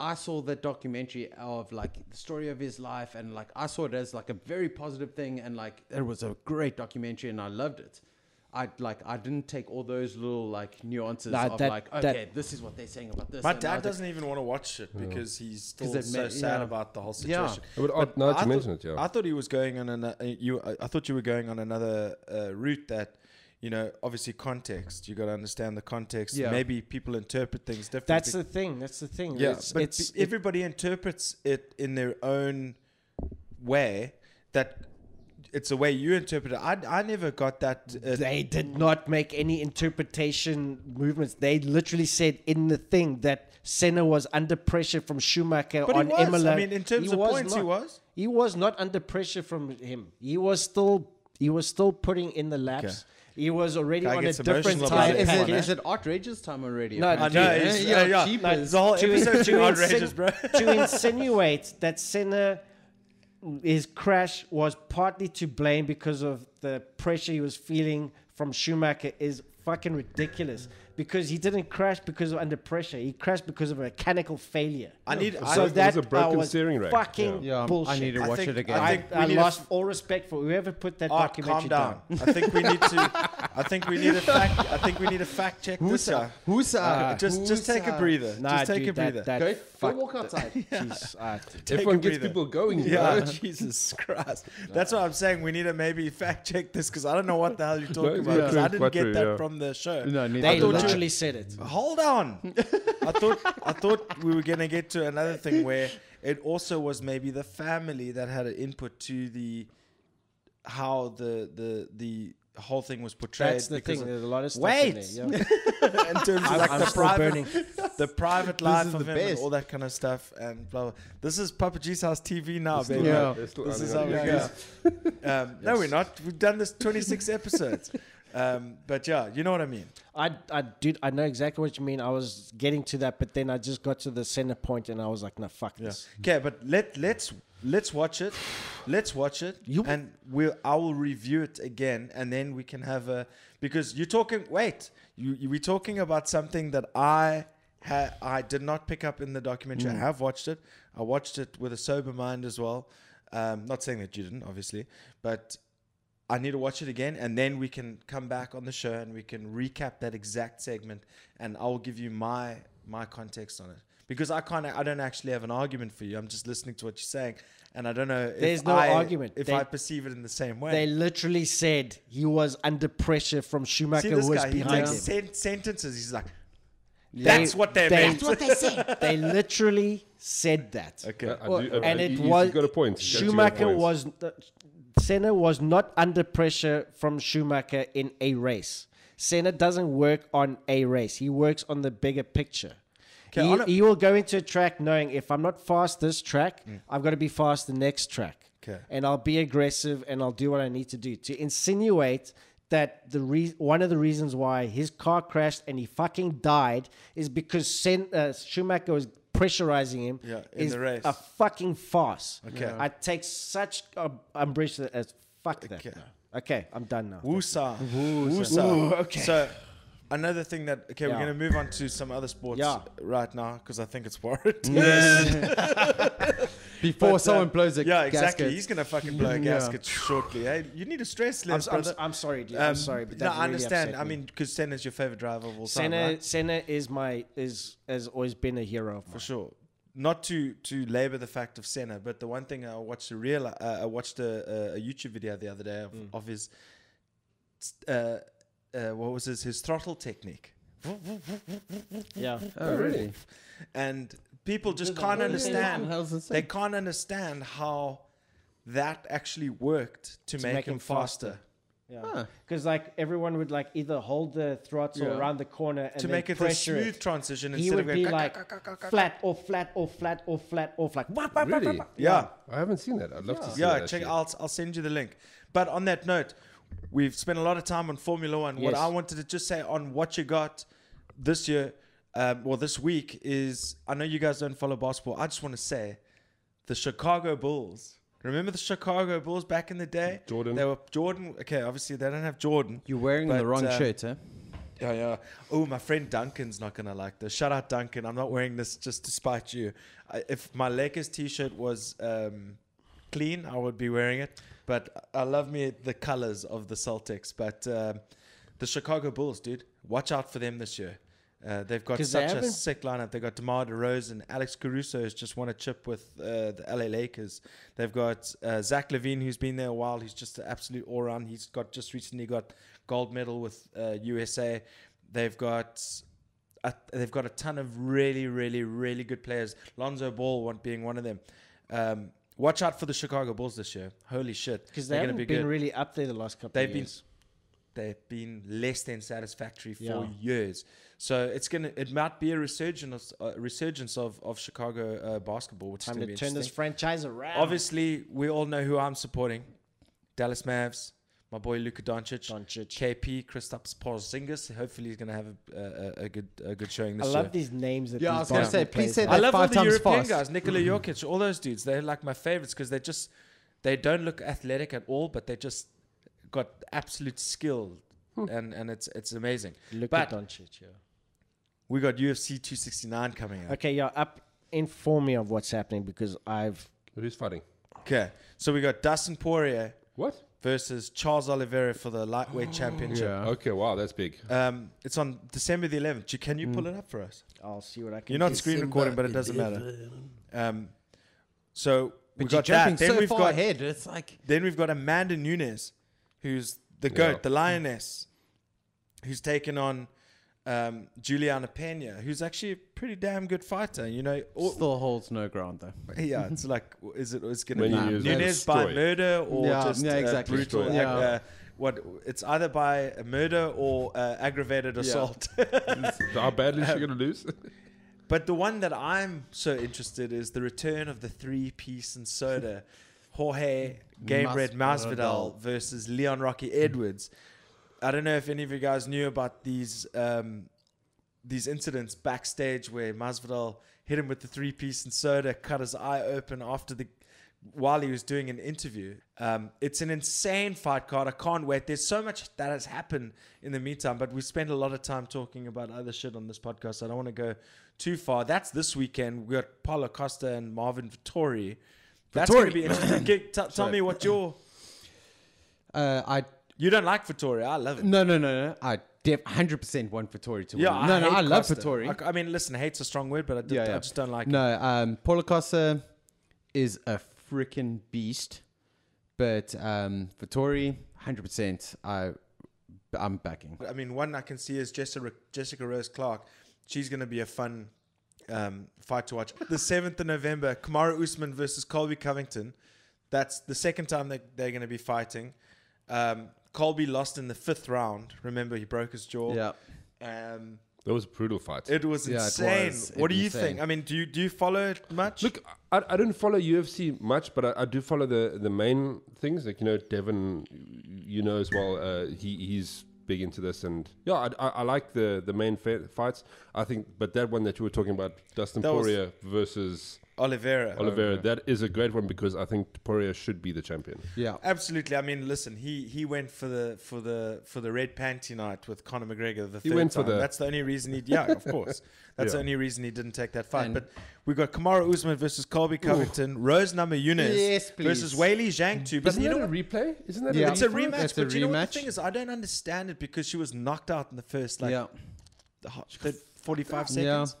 I saw the documentary of like the story of his life, and like I saw it as like a very positive thing, and like it was a great documentary, and I loved it. I like I didn't take all those little like nuances
Nah,
of
that-
like
that-
okay this is what they're saying about this.
My
and now
dad
that-
doesn't even want to watch it because he's still
'Cause it
so
ma-
sad
yeah.
about the whole
Yeah.
situation.
But, uh, now that
I
you mention
thought-
it, yeah.
I thought he was going on an uh, you. I I thought you were going on another uh, route that, you know, obviously context. You got to understand the context.
Yeah.
Maybe people interpret things differently.
That's the thing. That's the thing.
yeah,
It's,
but
it's,
b- everybody interprets it in their own way. That it's the way you interpret it. I I never got that. Uh,
they did not make any interpretation movements. They literally said in the thing that Senna was under pressure from Schumacher
But he
on
was. I
Imola.
mean, in terms of points, he was.
He was not under pressure from him. He was still. He was still putting in the laps.
Okay.
He was already
Guy
on a
gets
different
emotional
Is,
about
time.
it- is
Come
it,
on,
package.
is it outrageous time already?
No,
I
apparently?
know.
Yeah,
it's-
yeah,
uh, yeah.
cheapers.
It's the whole [LAUGHS]
to,
episode
to
too
insin-
outrageous, bro.
[LAUGHS] to insinuate that Senna, his crash was partly to blame because of the pressure he was feeling from Schumacher is fucking ridiculous. Because he didn't crash because of under pressure. He crashed because of a mechanical failure.
I need. I,
So
so
was a
that
broken
uh, was
steering rack.
fucking
Yeah, um,
bullshit.
I need to
I
watch
think-
it again.
I
I,
think we
I
need to
lost all respect for whoever put that
Art, calm
documentary
down. I think we need to. I think we need a fact. I think we need a fact check. This
Who's
guy.
Who's
Uh, just, just take a breather.
Nah,
just take
dude,
a
that-
breather.
that-
Go, go
fuck
walk [LAUGHS] outside.
[LAUGHS] Jeez, Art.
Take
Everyone
a
gets
breather.
people going.
yeah,
Yeah.
Jesus Christ. That's what I'm saying. We need to maybe fact check this because I don't know what the hell you're talking about.
yeah.
Because I didn't
Quattro,
get that
yeah.
from the show.
No, neither
I
They
did
thought
I.
you-
literally said it.
Hold on. I thought I thought we were gonna get to another thing where it also was maybe the family that had an input to the how the the the whole thing was portrayed.
That's the
because
thing.
of-
There's a lot of stuff in
Wait.
there, yeah.
in terms of
I'm-
like
I'm
the
still
private,
burning.
[LAUGHS] the private
This
life
is
of
the
him and
best.
all that kind of stuff and blah blah. This is Papa G's house TV now, baby.
Yeah.
This is how we go. Um, No, we're not. We've done this 26 episodes. Um, but yeah, you know what I mean.
I, I, dude, I know exactly what you mean. I was getting to that, but then I just got to the center point and I was like, no, fuck this.
Okay, but let let's let's watch it. Let's watch it,
You-
and we'll I will review it again, and then we can have a because you're talking. Wait, you, you we're talking about something that I ha, I did not pick up in the documentary. I have watched it. I watched it with a sober mind as well. Um, not saying that you didn't, obviously, but I need to watch it again, and then we can come back on the show and we can recap that exact segment, and I'll give you my my context on it because I can't, I don't actually have an argument for you. I'm just listening to what you're saying, and I don't know. If
There's no
I-
argument.
if
They-
I perceive it in the same way.
They literally said he was under pressure from Schumacher,
See
who
this
was
guy, he
behind
takes
him.
sen- sentences. He's like,
They-
"That's what they, meant."
what they said. they literally said that.
Okay.
and it was
You got a point. He's actually got a
Schumacher
point.
was Senna was not under pressure from Schumacher in a race. Senna doesn't work on a race. He works on the bigger picture.
Okay,
he,
on a-
he will go into a track knowing if I'm not fast this track, I've got to be fast the next track.
Mm. Okay.
And I'll be aggressive and I'll do what I need to do to insinuate that the re- one of the reasons why his car crashed and he fucking died is because Sen- uh, Schumacher was pressurizing him
Yeah, in
is
the race.
a fucking farce.
Okay. Yeah.
I take such um, umbrage to that as fuck that.
Okay.
now. Okay, I'm done now.
Wusa. Wusa. okay. So another thing that okay, we're
Yeah.
gonna move on to some other sports
Yeah.
right now because I think it's warranted.
Before
But, uh,
someone blows a
Yeah, exactly.
gasket.
He's gonna fucking blow a gasket shortly. Hey, you need a stress
I'm,
less.
I'm,
brother.
I'm sorry, dude.
Um,
I'm sorry, but that
no,
really
I understand.
upset
I
me.
mean, because Senna's your favorite driver of all time,
Senna,
right?
Senna is my is has always been a hero of mine.
for sure. Not to to labor the fact of Senna, but the one thing I watched a real uh, I watched a, a, a YouTube video the other day of,
Mm.
of his uh, uh, what was his his throttle technique,
Yeah,
oh, really?
and people just can't understand. They can't understand how that actually worked to, make,
make
him
him
faster.
yeah. Because like everyone would like either hold the throttle
Yeah.
around the corner and
To
then
make it a
pressure
smooth
it.
transition
He
instead
would
of going
be
"Kak,
like
kak, kak, kak, kak."
flat or flat or flat or flat or flat. Wah, wah, wah, wah,
Really?
wah.
yeah.
I haven't seen that. I'd love to see
yeah,
that.
check.
actually.
I'll I'll send you the link. But on that note, we've spent a lot of time on Formula One. What
Yes.
I wanted to just say on what you got this year, um, well, this week is I know you guys don't follow basketball. I just want to say, the Chicago Bulls. Remember the Chicago Bulls back in the day?
Jordan.
They were Jordan. Okay, obviously they don't have Jordan.
You're wearing the
But,
wrong
uh,
shirt, huh?
Yeah, yeah. Oh, my friend Duncan's not gonna like this. Shout out Duncan. I'm not wearing this just to spite you. I, if my Lakers t-shirt was um, clean, I would be wearing it. But I love me the colors of the Celtics. But um, The Chicago Bulls, dude. Watch out for them this year. Uh, they've got
'Cause they
such a
haven't-
sick lineup. They've got DeMar DeRozan. Alex Caruso has just won a chip with uh, the LA Lakers. They've got uh, Zach Levine, who's been there a while. He's just an absolute all round. He's got just recently got gold medal with uh, USA. They've got a, they've got a ton of really, really, really good players. Lonzo Ball one, being one of them. Um, watch out for the Chicago Bulls this year. Holy shit!
because they haven't been really up there the last couple.
They've
of
been
years.
they've been less than satisfactory for
Yeah.
years. So it's gonna it might be a resurgence a resurgence of of Chicago uh, basketball, which
time
is gonna
to
be
turn this
interesting.
franchise around.
Obviously, we all know who I'm supporting: Dallas Mavs. My boy Luka Doncic,
Doncic.
KP, Kristaps Porzingis. Hopefully, he's gonna have a, a, a good a good showing
I
this year.
love these names. That these
Yeah, I was gonna
basketball
say, please
players
say
have.
I
that
love all
five
the
times
European
fast.
guys, Nikola Jokic, all those dudes. They're like my favorites because they just they don't look athletic at all, but they just got absolute skill,
Hmm.
and and it's it's amazing.
Look
but
at Doncic. Yeah.
we got UFC 269 coming up.
Okay, yeah. Up. Inform me of what's happening because I've
Who's fighting?
Okay, so we got Dustin Poirier
What?
versus Charles Oliveira for the
Oh,
lightweight championship.
Yeah.
Okay, wow, that's big.
Um, it's on December the 11th. Ju- Can you pull
Hmm.
it up for us?
I'll see what I can.
You're not
do.
screen recording, but it doesn't matter. Um, so we
But you're
got that.
jumping
Then
so
we've
far
got
ahead. It's like
Then we've got Amanda Nunes, who's the
Yeah.
goat, the lioness, who's taken on um, Juliana Pena, who's actually a pretty damn good fighter. You know, Or-
still holds no ground though.
yeah, it's like, is it? It's gonna
When
be
you use that
Nunes by
destroy.
murder or
Yeah,
just
yeah,
uh,
exactly.
brutal?
Destroy.
ag-
Yeah.
uh, what? It's either by a murder or uh, aggravated assault. [LAUGHS]
So how badly is she gonna lose? [LAUGHS]
But the one that I'm so interested is the return of the three piece and soda, Jorge Gamebred Masvidal
Masvidal.
versus Leon Rocky Edwards. I don't know if any of you guys knew about these um, these incidents backstage where Masvidal hit him with the three piece and soda, cut his eye open after the while he was doing an interview. Um, it's an insane fight card. I can't wait. There's so much that has happened in the meantime, but we spent a lot of time talking about other shit on this podcast. so I don't want to go too far. That's this weekend. We got Paulo Costa and Marvin Vittori. That's going to be interesting. Gig, t- tell me what your
Uh, I
you don't like Vittori. I love him.
no no no no. I def hundred percent want Vittori to win.
Yeah,
no no.
hate
I love
Costa.
Vittori.
I, I mean, listen, hate's a strong word, but I, did,
Yeah, yeah.
I just don't like. him.
No, um, Paulo Costa is a freaking beast, but um, Vittori, hundred percent. I, I'm backing.
I mean, one I can see is Jessica Jessica Rose Clark. She's going to be a fun um, fight to watch. The seventh of November, Kamara Usman versus Colby Covington. That's the second time that they're going to be fighting. Um, Colby lost in the fifth round. Remember, he broke his jaw.
Yeah,
Um,
that was a brutal fight.
it was
Yeah, it
insane.
was
what do you
insane.
think? I mean, do you do you follow it much?
Look, I, I don't follow UFC much, but I, I do follow the, the main things. Like you know, Devin, you know as well. Uh, he he's big into this, and yeah, I, I, I like the the main fa- fights. I think, but that one that you were talking about, Dustin
That was- Oh,
Poirier versus
Oliveira.
Oliveira, that is a great one because I think Poirier should be the champion.
yeah.
Absolutely. I mean, listen, he he went for the for the for the red panty night with Conor McGregor. The
He
third
went for
time.
the-
That's the only reason he. Yeah, of
[LAUGHS]
course. That's the
Yeah.
only reason he didn't take that fight.
And-
but we got Kamara Usman versus Colby Covington, Rose Number Yunus
Yes, please.
versus Whaley Zhang too. But
Isn't
you
that
know
a
what?
replay? Isn't that
Yeah.
a
It's a
replay?
rematch.
That's a
but you know what
rematch.
the thing is, I don't understand it because she was knocked out in the first like
yeah,
the forty-five
Yeah.
seconds.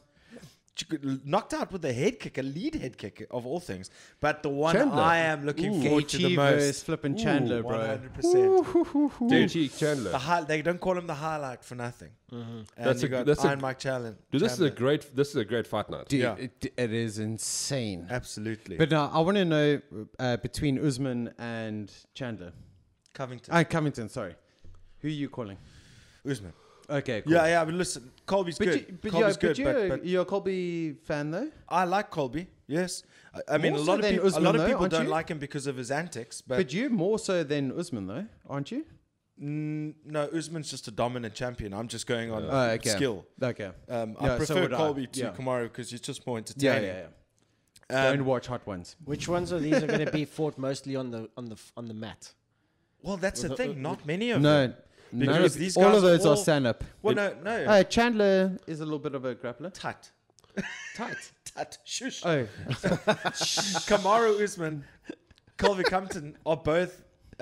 She got Knocked out with a head kick, a lead head kick of all things. But the one
Chandler.
I am looking forward to the
Gaethje versus
most,
flipping Chandler, bro.
100%.
Gaethje
The
Chandler.
high, they don't call him the highlight for nothing. And
Mm-hmm. That's
you
a-
got
that's a-
Iron Mike Chandler.
Dude, this is a
Chandler.
great this is a great fight night.
Dude,
Yeah.
it, it is insane.
absolutely.
But now I want to know uh, between Usman and Chandler,
Covington,
uh, Covington. Sorry, who are you calling?
Usman.
Okay, cool.
Yeah, yeah. But listen, Colby's
But,
good.
you, but, yeah,
Colby's
but,
good,
you're,
but, but
you're a Colby fan though.
I like Colby. Yes, I, I mean a
More so
lot of
than
people. a
Usman,
lot of
though,
people
aren't
don't
you?
like him because of his antics, but,
But you more so than Usman though, aren't you?
mm, no, Usman's just a dominant champion. I'm just going on
Oh, okay.
skill.
Okay.
Um, I
Yeah, so
prefer
would I.
Colby to
Yeah.
Kamara because he's just more
Yeah,
entertaining.
yeah, yeah.
Um,
Don't watch hot ones.
Which ones of these are going to be fought mostly on the on the on the mat?
Well, that's the
With-
thing.
with-
Not many of them.
uh, No, none
Because
of,
these
all
guys
of those
all-
are stand up.
Well, no, no.
Uh, Chandler is a little bit of a grappler.
Tut,
Tight.
tut, [LAUGHS] shush.
[LAUGHS] Oh,
Kamaru Usman, Colby Compton are both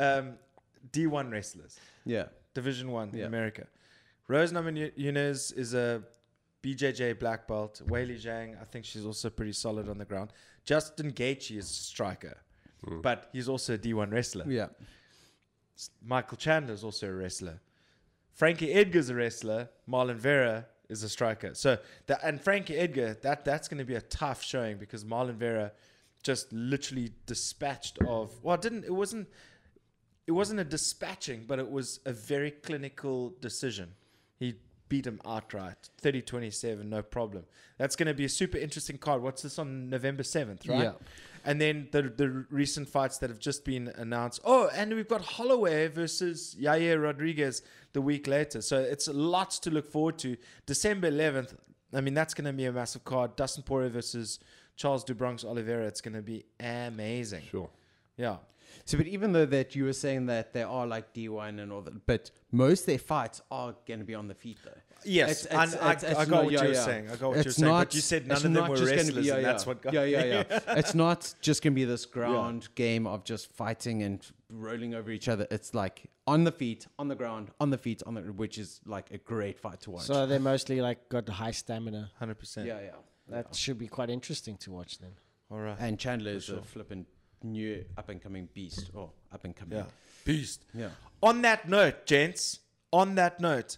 um, D1 wrestlers.
yeah.
Division One in
Yeah.
America. Rose Namajunas is a BJJ black belt. Whaley Zhang, I think she's also pretty solid on the ground. Justin Gaethje is a striker, but he's also a D1 wrestler.
Hmm. Yeah.
S- Michael Chandler is also a wrestler. Frankie Edgar's a wrestler. Marlon Vera is a striker. So that and Frankie Edgar, that that's going to be a tough showing because Marlon Vera just literally dispatched of well, it didn't it wasn't it wasn't a dispatching, but it was a very clinical decision. He beat him outright 30-27 no problem that's going to be a super interesting card what's this on november 7th right
Yeah.
and then the the recent fights that have just been announced. Oh, and we've got Holloway versus Yair Rodriguez the week later. So it's lots to look forward to. December 11th. I mean, that's going to be a massive card. Dustin Poirier versus Charles Dubronx Oliveira. It's going to be amazing.
Sure.
Yeah.
So, but even though that you were saying that they are like D1 and all that, but most of their fights are going to be on the feet, though.
Yes,
It's- it's-
and I-
it's- it's
I got
not-
what
yeah,
you were
yeah.
saying. I got what you
It's
were saying, but
not-
you said
it's
none of them
not
were
just gonna
wrestlers,
yeah,
and
yeah.
that's what got
Yeah,
me. [LAUGHS]
yeah, yeah. it's not just going to be this ground game of just fighting and rolling over each other. It's like on the feet, on the ground, on the feet, on the which is like a great fight to watch.
So they mostly like got high stamina.
100%.
yeah, yeah.
That should be quite interesting to watch then.
All right.
And Chandler is a flipping new up and coming beast or up and coming.
Yeah. Beast.
Yeah.
On that note, gents, on that note,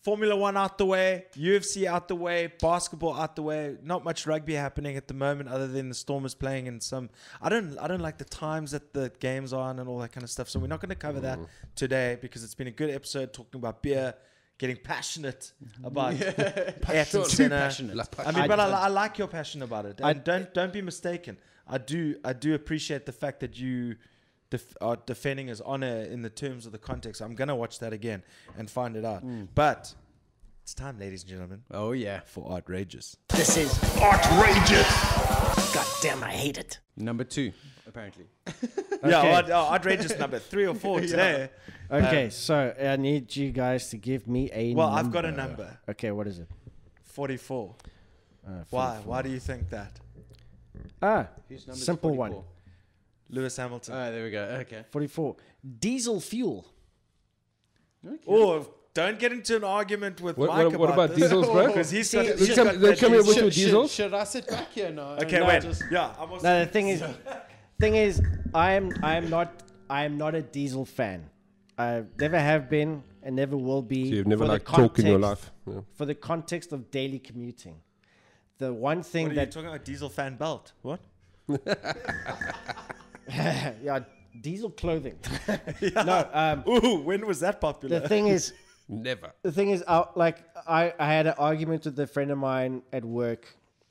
Formula One out the way, UFC out the way, basketball out the way. Not much rugby happening at the moment, other than the Stormers playing and some. I don't, I don't like the times that the games are on and all that kind of stuff. So we're not going to cover that today because it's been a good episode talking about beer, getting passionate about [LAUGHS] Ayrton
Too
Senna.
passionate.
I mean, but I, li- I like your passion about it. And
I-
don't don't be mistaken. I do I do appreciate the fact that you def- are defending his honor in the terms of the context. I'm gonna watch that again and find it out.
Mm.
But it's time, ladies and
[LAUGHS]
gentlemen,
Oh yeah.
for outrageous.
This is
Outrageous.
God damn, I hate it.
Number two, apparently.
Yeah,
Okay.
out- oh, outrageous number three or
[LAUGHS]
four today.
Okay, so I need you guys to give me a
Um, Well, I've got a
number.
number,
Okay, what is it?
forty-four.
Uh,
Why? Why do you think that,
Ah,
Whose number is
simple one.
44?
Lewis Hamilton?
Uh,
Oh, there we go. Okay.
44. Diesel fuel.
or Oh, don't get into an argument with
What,
Mike
what, what about
this. [LAUGHS]
diesels, bro?
Because he's such a-
Let's
he's
come,
got that
let's come here
diesel-
with your diesels.
Should I sit back here now?
Okay,
No,
wait.
just-
yeah, I'm also
No, the thing is, thing is, I am, I am not, I am not a diesel fan. I never have been, and never will be.
So you've never
for the
like talk in your
context-
life. Yeah.
For the context of daily commuting, the one thing
What are you
that
talking about? Diesel fan belt? What?
[LAUGHS] yeah, diesel clothing.
[LAUGHS]
[LAUGHS] No, um,
Ooh, when was that popular?
the thing is,
Never.
the thing is, I, like I, I had an argument with a friend of mine at work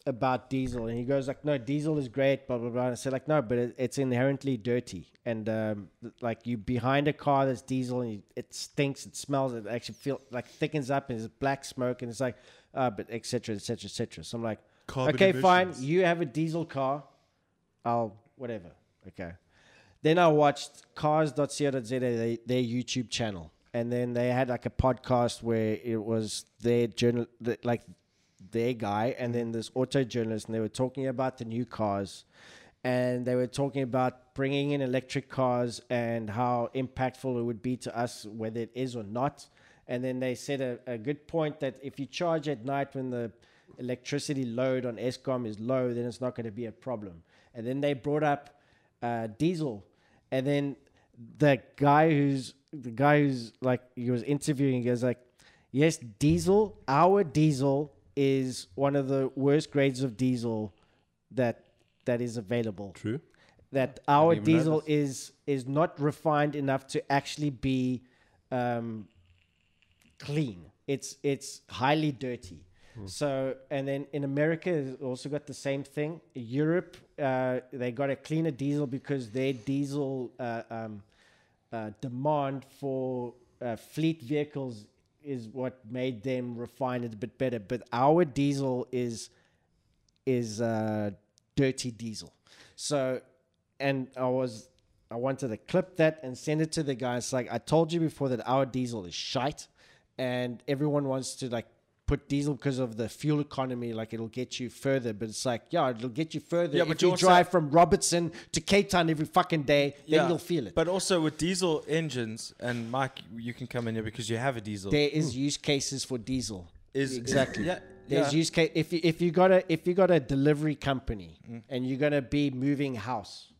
about diesel, and he goes like, "No, diesel is great, blah blah blah." And I said like, "No, but it, it's inherently dirty, and um, th- like you behind a car that's diesel, and you, it stinks, it smells, it actually feel like thickens up, and it's black smoke, and it's like, uh, but etc. etc. etc." So I'm like,
Carbon
"Okay, fine,
emissions.
you have a diesel car, I'll whatever." Okay. Then I watched cars.co.za, they, their YouTube channel. And then they had like a podcast where it was their journal, the, like their guy, and then this auto journalist, and they were talking about the new cars. And they were talking about bringing in electric cars and how impactful it would be to us, whether it is or not. And then they said a, a good point that if you charge at night when the electricity load on ESCOM is low, then it's not going to be a problem. And then they brought up uh, Diesel, and then the guy who's the guy who's like he was interviewing he goes like, "Yes, Diesel, our Diesel is one of the worst grades of Diesel that that is available.
True.
That our Diesel is is not refined enough to actually be." Um, clean. It's it's highly dirty. So and then in America it's also got the same thing. Europe uh, they got a cleaner diesel because their diesel uh, um, uh, demand for uh, fleet vehicles is what made them refine it a bit better. But our diesel is is uh, dirty diesel. So, and I was, I wanted to clip that and send it to the guys. Like I told you before that our diesel is shite, and everyone wants to like put diesel because of the fuel economy. Like it'll get you further, but it's like yeah, it'll get you further.
Yeah,
if
but
you
you're sa-
drive from Robertson to Cape Town every fucking day, then you'll feel it.
But also with diesel engines, and Mike, you can come in here because you have a diesel.
there is use cases for diesel.
Hmm. Is- is-
exactly.
yeah,
There's
yeah.
use case if you if you got a if you got a delivery company
Hmm.
and you're gonna be moving house,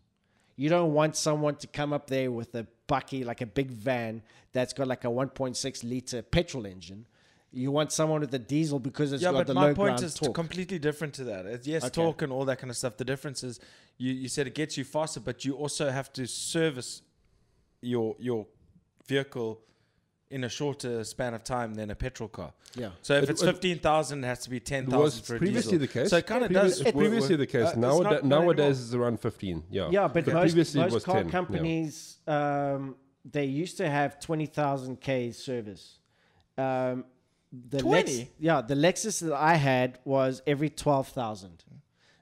you don't want someone to come up there with a bucky like a big van that's got like a 1.6 liter petrol engine. You want someone with a diesel because it's
yeah,
got
but
the
my
low
point
ground
is t-
torque.
completely different to that. It's, yes,
Okay.
torque and all that kind of stuff. The difference is you, you said it gets you faster, but you also have to service your your vehicle in a shorter span of time than a petrol car.
Yeah.
So if
It-
it's
it-
fifteen thousand, it has to be ten
It was
thousand for a
previously
diesel.
the case.
So it kind of
Previous-
does. it-
previously the
uh,
case.
it's
Now,
not- not anymore.
nowadays it's around 15. Yeah.
Yeah, but most,
Oh, previously it
most
was
car
10, yeah.
companies um, they used to have twenty thousand K service. Um, the
20?
Lex, yeah, the Lexus that I had was every twelve thousand.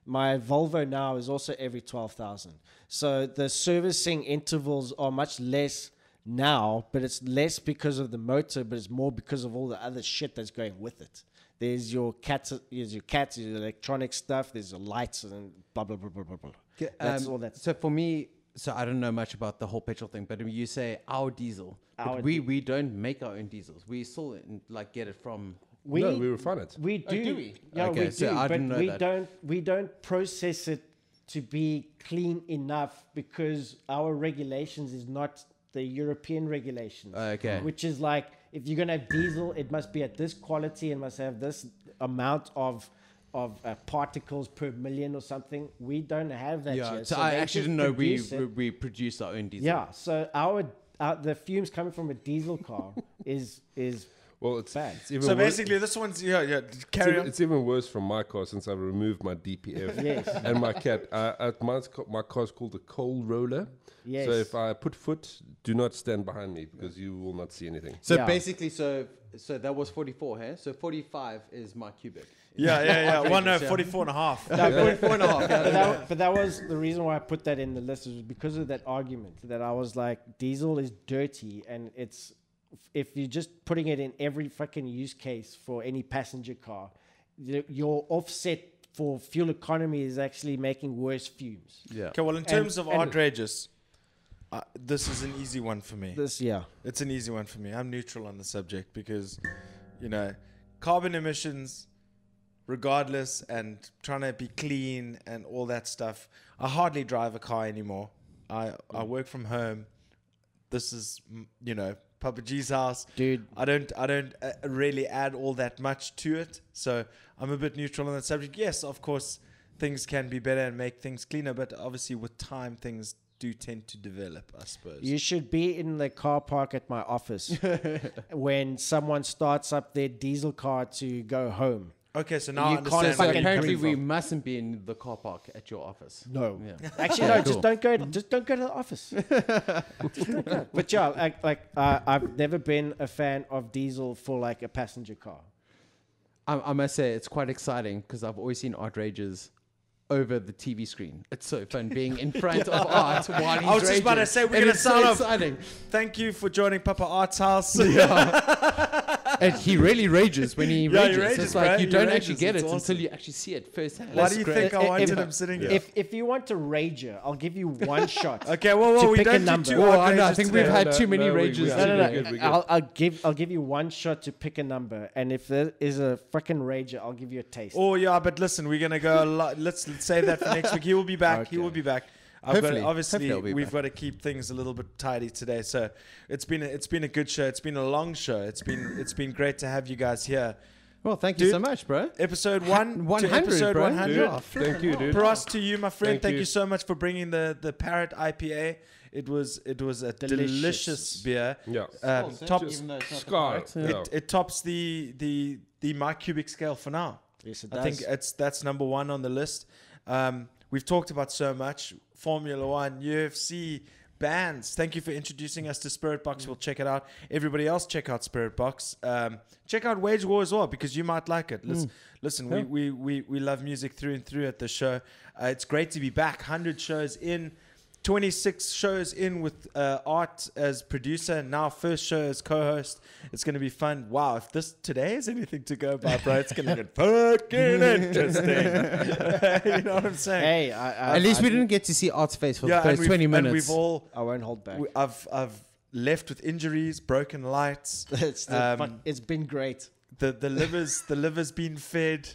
My Volvo now is also every twelve thousand. So the servicing intervals are much less now, but it's less because of the motor, but it's more because of all the other shit that's going with it. There's your cats, there's your cats, your electronic stuff, there's your lights and blah blah blah blah blah blah.
K-
That's
um,
all that's
So for me, so I don't know much about the whole petrol thing, but you say our diesel,
Our
but we we don't make our own diesels. We still like get it from.
We
no, we refund it.
we do.
Oh, do we?
Yeah,
Okay,
we do.
so I
but
didn't know
we
that.
don't. We don't process it to be clean enough because our regulations is not the European regulations.
Oh, Okay.
Which is like if you're gonna have diesel, it must be at this quality and must have this amount of of uh, particles per million or something. We don't have that
Yeah,
here.
so, I
they
actually
just
didn't know we,
produce it.
we we produce our own diesel.
Yeah. So our, our the fumes coming from a diesel
[LAUGHS]
car is is
Well, it's,
Bad.
it's even
So
worse. It's
basically, this one's yeah yeah. Carry
even,
on.
it's even worse from my car since I've removed my DPF
Yes.
and my cat. I, I, my, my car's called a coal roller.
Yes.
So if I put foot, do not stand behind me because you will not see anything.
So
Yeah.
basically, so so that was 44 here. So 45 is my cubic.
Yeah, yeah,
[LAUGHS]
yeah. One no,
Yeah.
44 and a half.
No, but-
44 and a [LAUGHS] half. yeah.
but, that, but that was the reason why I put that in the list was because of that argument that I was like, diesel is dirty, and it's if you're just putting it in every fucking use case for any passenger car, y- your offset for fuel economy is actually making worse fumes.
Yeah.
Okay, well, in terms of
and-
outrageous, uh, this is an easy one for me.
This yeah,
It's an easy one for me. I'm neutral on the subject because, you know, carbon emissions, regardless, and trying to be clean and all that stuff. I hardly drive a car anymore. I I work from home. This is, mm, you know, Papa G's house.
dude.
I don't I don't uh, really add all that much to it, so I'm a bit neutral on that subject. Yes, of course, things can be better and make things cleaner, but obviously with time things do tend to develop. I suppose.
You should be in the car park at my office when someone starts up their diesel car to go home.
okay, so now
You
I
can't
understand.
So
where you're
fucking
apparently,
coming
we
from.
mustn't be in the car park at your office.
No.
Yeah.
Actually, no. Just don't go. Just don't go to the office. Just don't go. But yeah, like, like uh, I've never been a fan of diesel for like a passenger car.
I, I must say it's quite exciting because I've always seen Art Rages over the TV screen. It's so fun being in
[LAUGHS]
front of Art while he's
I was just about to
raging.
say, we're
And
gonna
it's so
sign off.
exciting.
Thank you for joining Papa Art's house.
[LAUGHS] And he really rages when he
Yeah, he
rages.
rages,
It's like
bruh. He
you don't
rages.
actually get
It's
it
awesome.
until you actually see it firsthand.
Why do you
That's
think I
great.
wanted
if-
him sitting here?
If if you want a rager, I'll give you one
[LAUGHS]
shot.
Okay, well, well
To
we
pick a
don't do
number.
two
Oh, I know, I
outrageous
think
today.
we've had too many
we- we-
rages
we're
No,
today.
no,
good,
no.
we're good.
I'll, I'll give I'll give you one shot to pick a number, and if there is a fucking rager, I'll give you a taste.
Oh yeah, but listen, we're gonna go. A lot. Let's, let's save that for next week. He will be back. He
Okay.
will be back. I've got
Hopefully.
to, obviously
Hopefully he'll be
we've
back.
got to keep things a little bit tidy today. So it's been a, it's been a good show. It's been a long show. It's been it's been great to have you guys here.
Well, thank
Dude,
you so much, bro.
Episode one,
One
to
hundred,
episode
bro.
one hundred.
Yeah.
Thank you, dude.
Prost to you, my friend. Thank,
Thank
you.
you.
so much for bringing the the Parrot IPA. It was it was a delicious,
Delicious.
beer.
Yeah.
Um, tops
Even though it's not the
Sky.
correct-
Yeah.
uh, it, it tops the the the my cubic scale for now.
yes, it
I think it's that's number one on the list. Um, we've talked about so much Formula One, UFC, bands. Thank you for introducing us to Spirit Box. We'll check it out. Everybody else, check out Spirit Box. Um, check out Wage War as well because you might like
Mm.
it. Listen, listen, we, we we we love music through and through at the show. Uh, it's great to be back. Hundred shows in. 26 shows in with uh, Art as producer, now first show as co-host. It's going to be fun. Wow, if this today is anything to go by, bro, it's going to get fucking interesting. [LAUGHS] you know what I'm saying?
Hey, I, I,
At least
I,
we didn't get to see Art's face for
yeah, and
the first
we've,
20 minutes.
And we've all
I won't hold back.
we, [LAUGHS] I've I've left with injuries, broken lights.
it's, the
Um,
fuck- it's been great.
the the livers the livers been fed.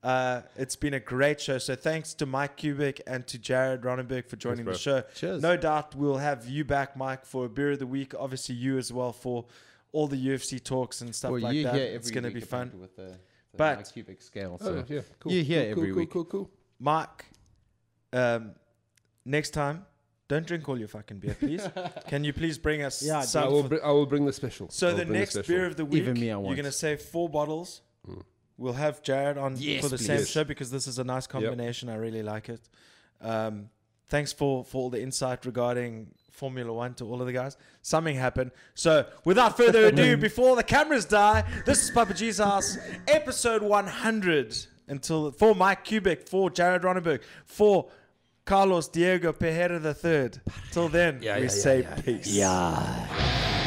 Uh, it's been a great show. So thanks to Mike Kubik and to Jared Ronenberg for joining
Thanks,
the show.
Cheers.
No doubt we'll have you back, Mike, for a beer of the week. Obviously you as well for all the UFC talks and stuff
Well,
like
you
that.
hear
It's
every
going to
week
be
about
fun.
it With the, the
But-
Mike cubic scale.
Oh,
So.
yeah, cool.
You hear
cool, cool,
every
cool,
week.
Cool, cool,
Mike, um, next time, don't drink all your fucking beer, please.
[LAUGHS]
Can you please bring us
Yeah,
some?
I will.
for-
Br- I will bring the special. I
so
will
the
bring
next
special. Hmm.
beer of the week,
Even me, I
you're
want.
going to save four bottles. We'll have Jared on
Yes,
for the
please.
same
Yes.
show because this is a nice combination. I really like it. Um, thanks for, for all the insight regarding Formula One to all of the guys. Something happened. So, without
[LAUGHS]
further ado, before the cameras die, this is Papa G's House, episode 100. Until for Mike Kubik, for Jared Ronenberg, for Carlos Diego Pereira III. Till then, we say peace.
I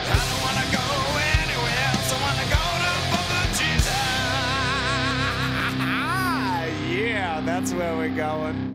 don't wanna go anywhere else. I wanna go to Bubba Jesus. Yeah, that's where we're going.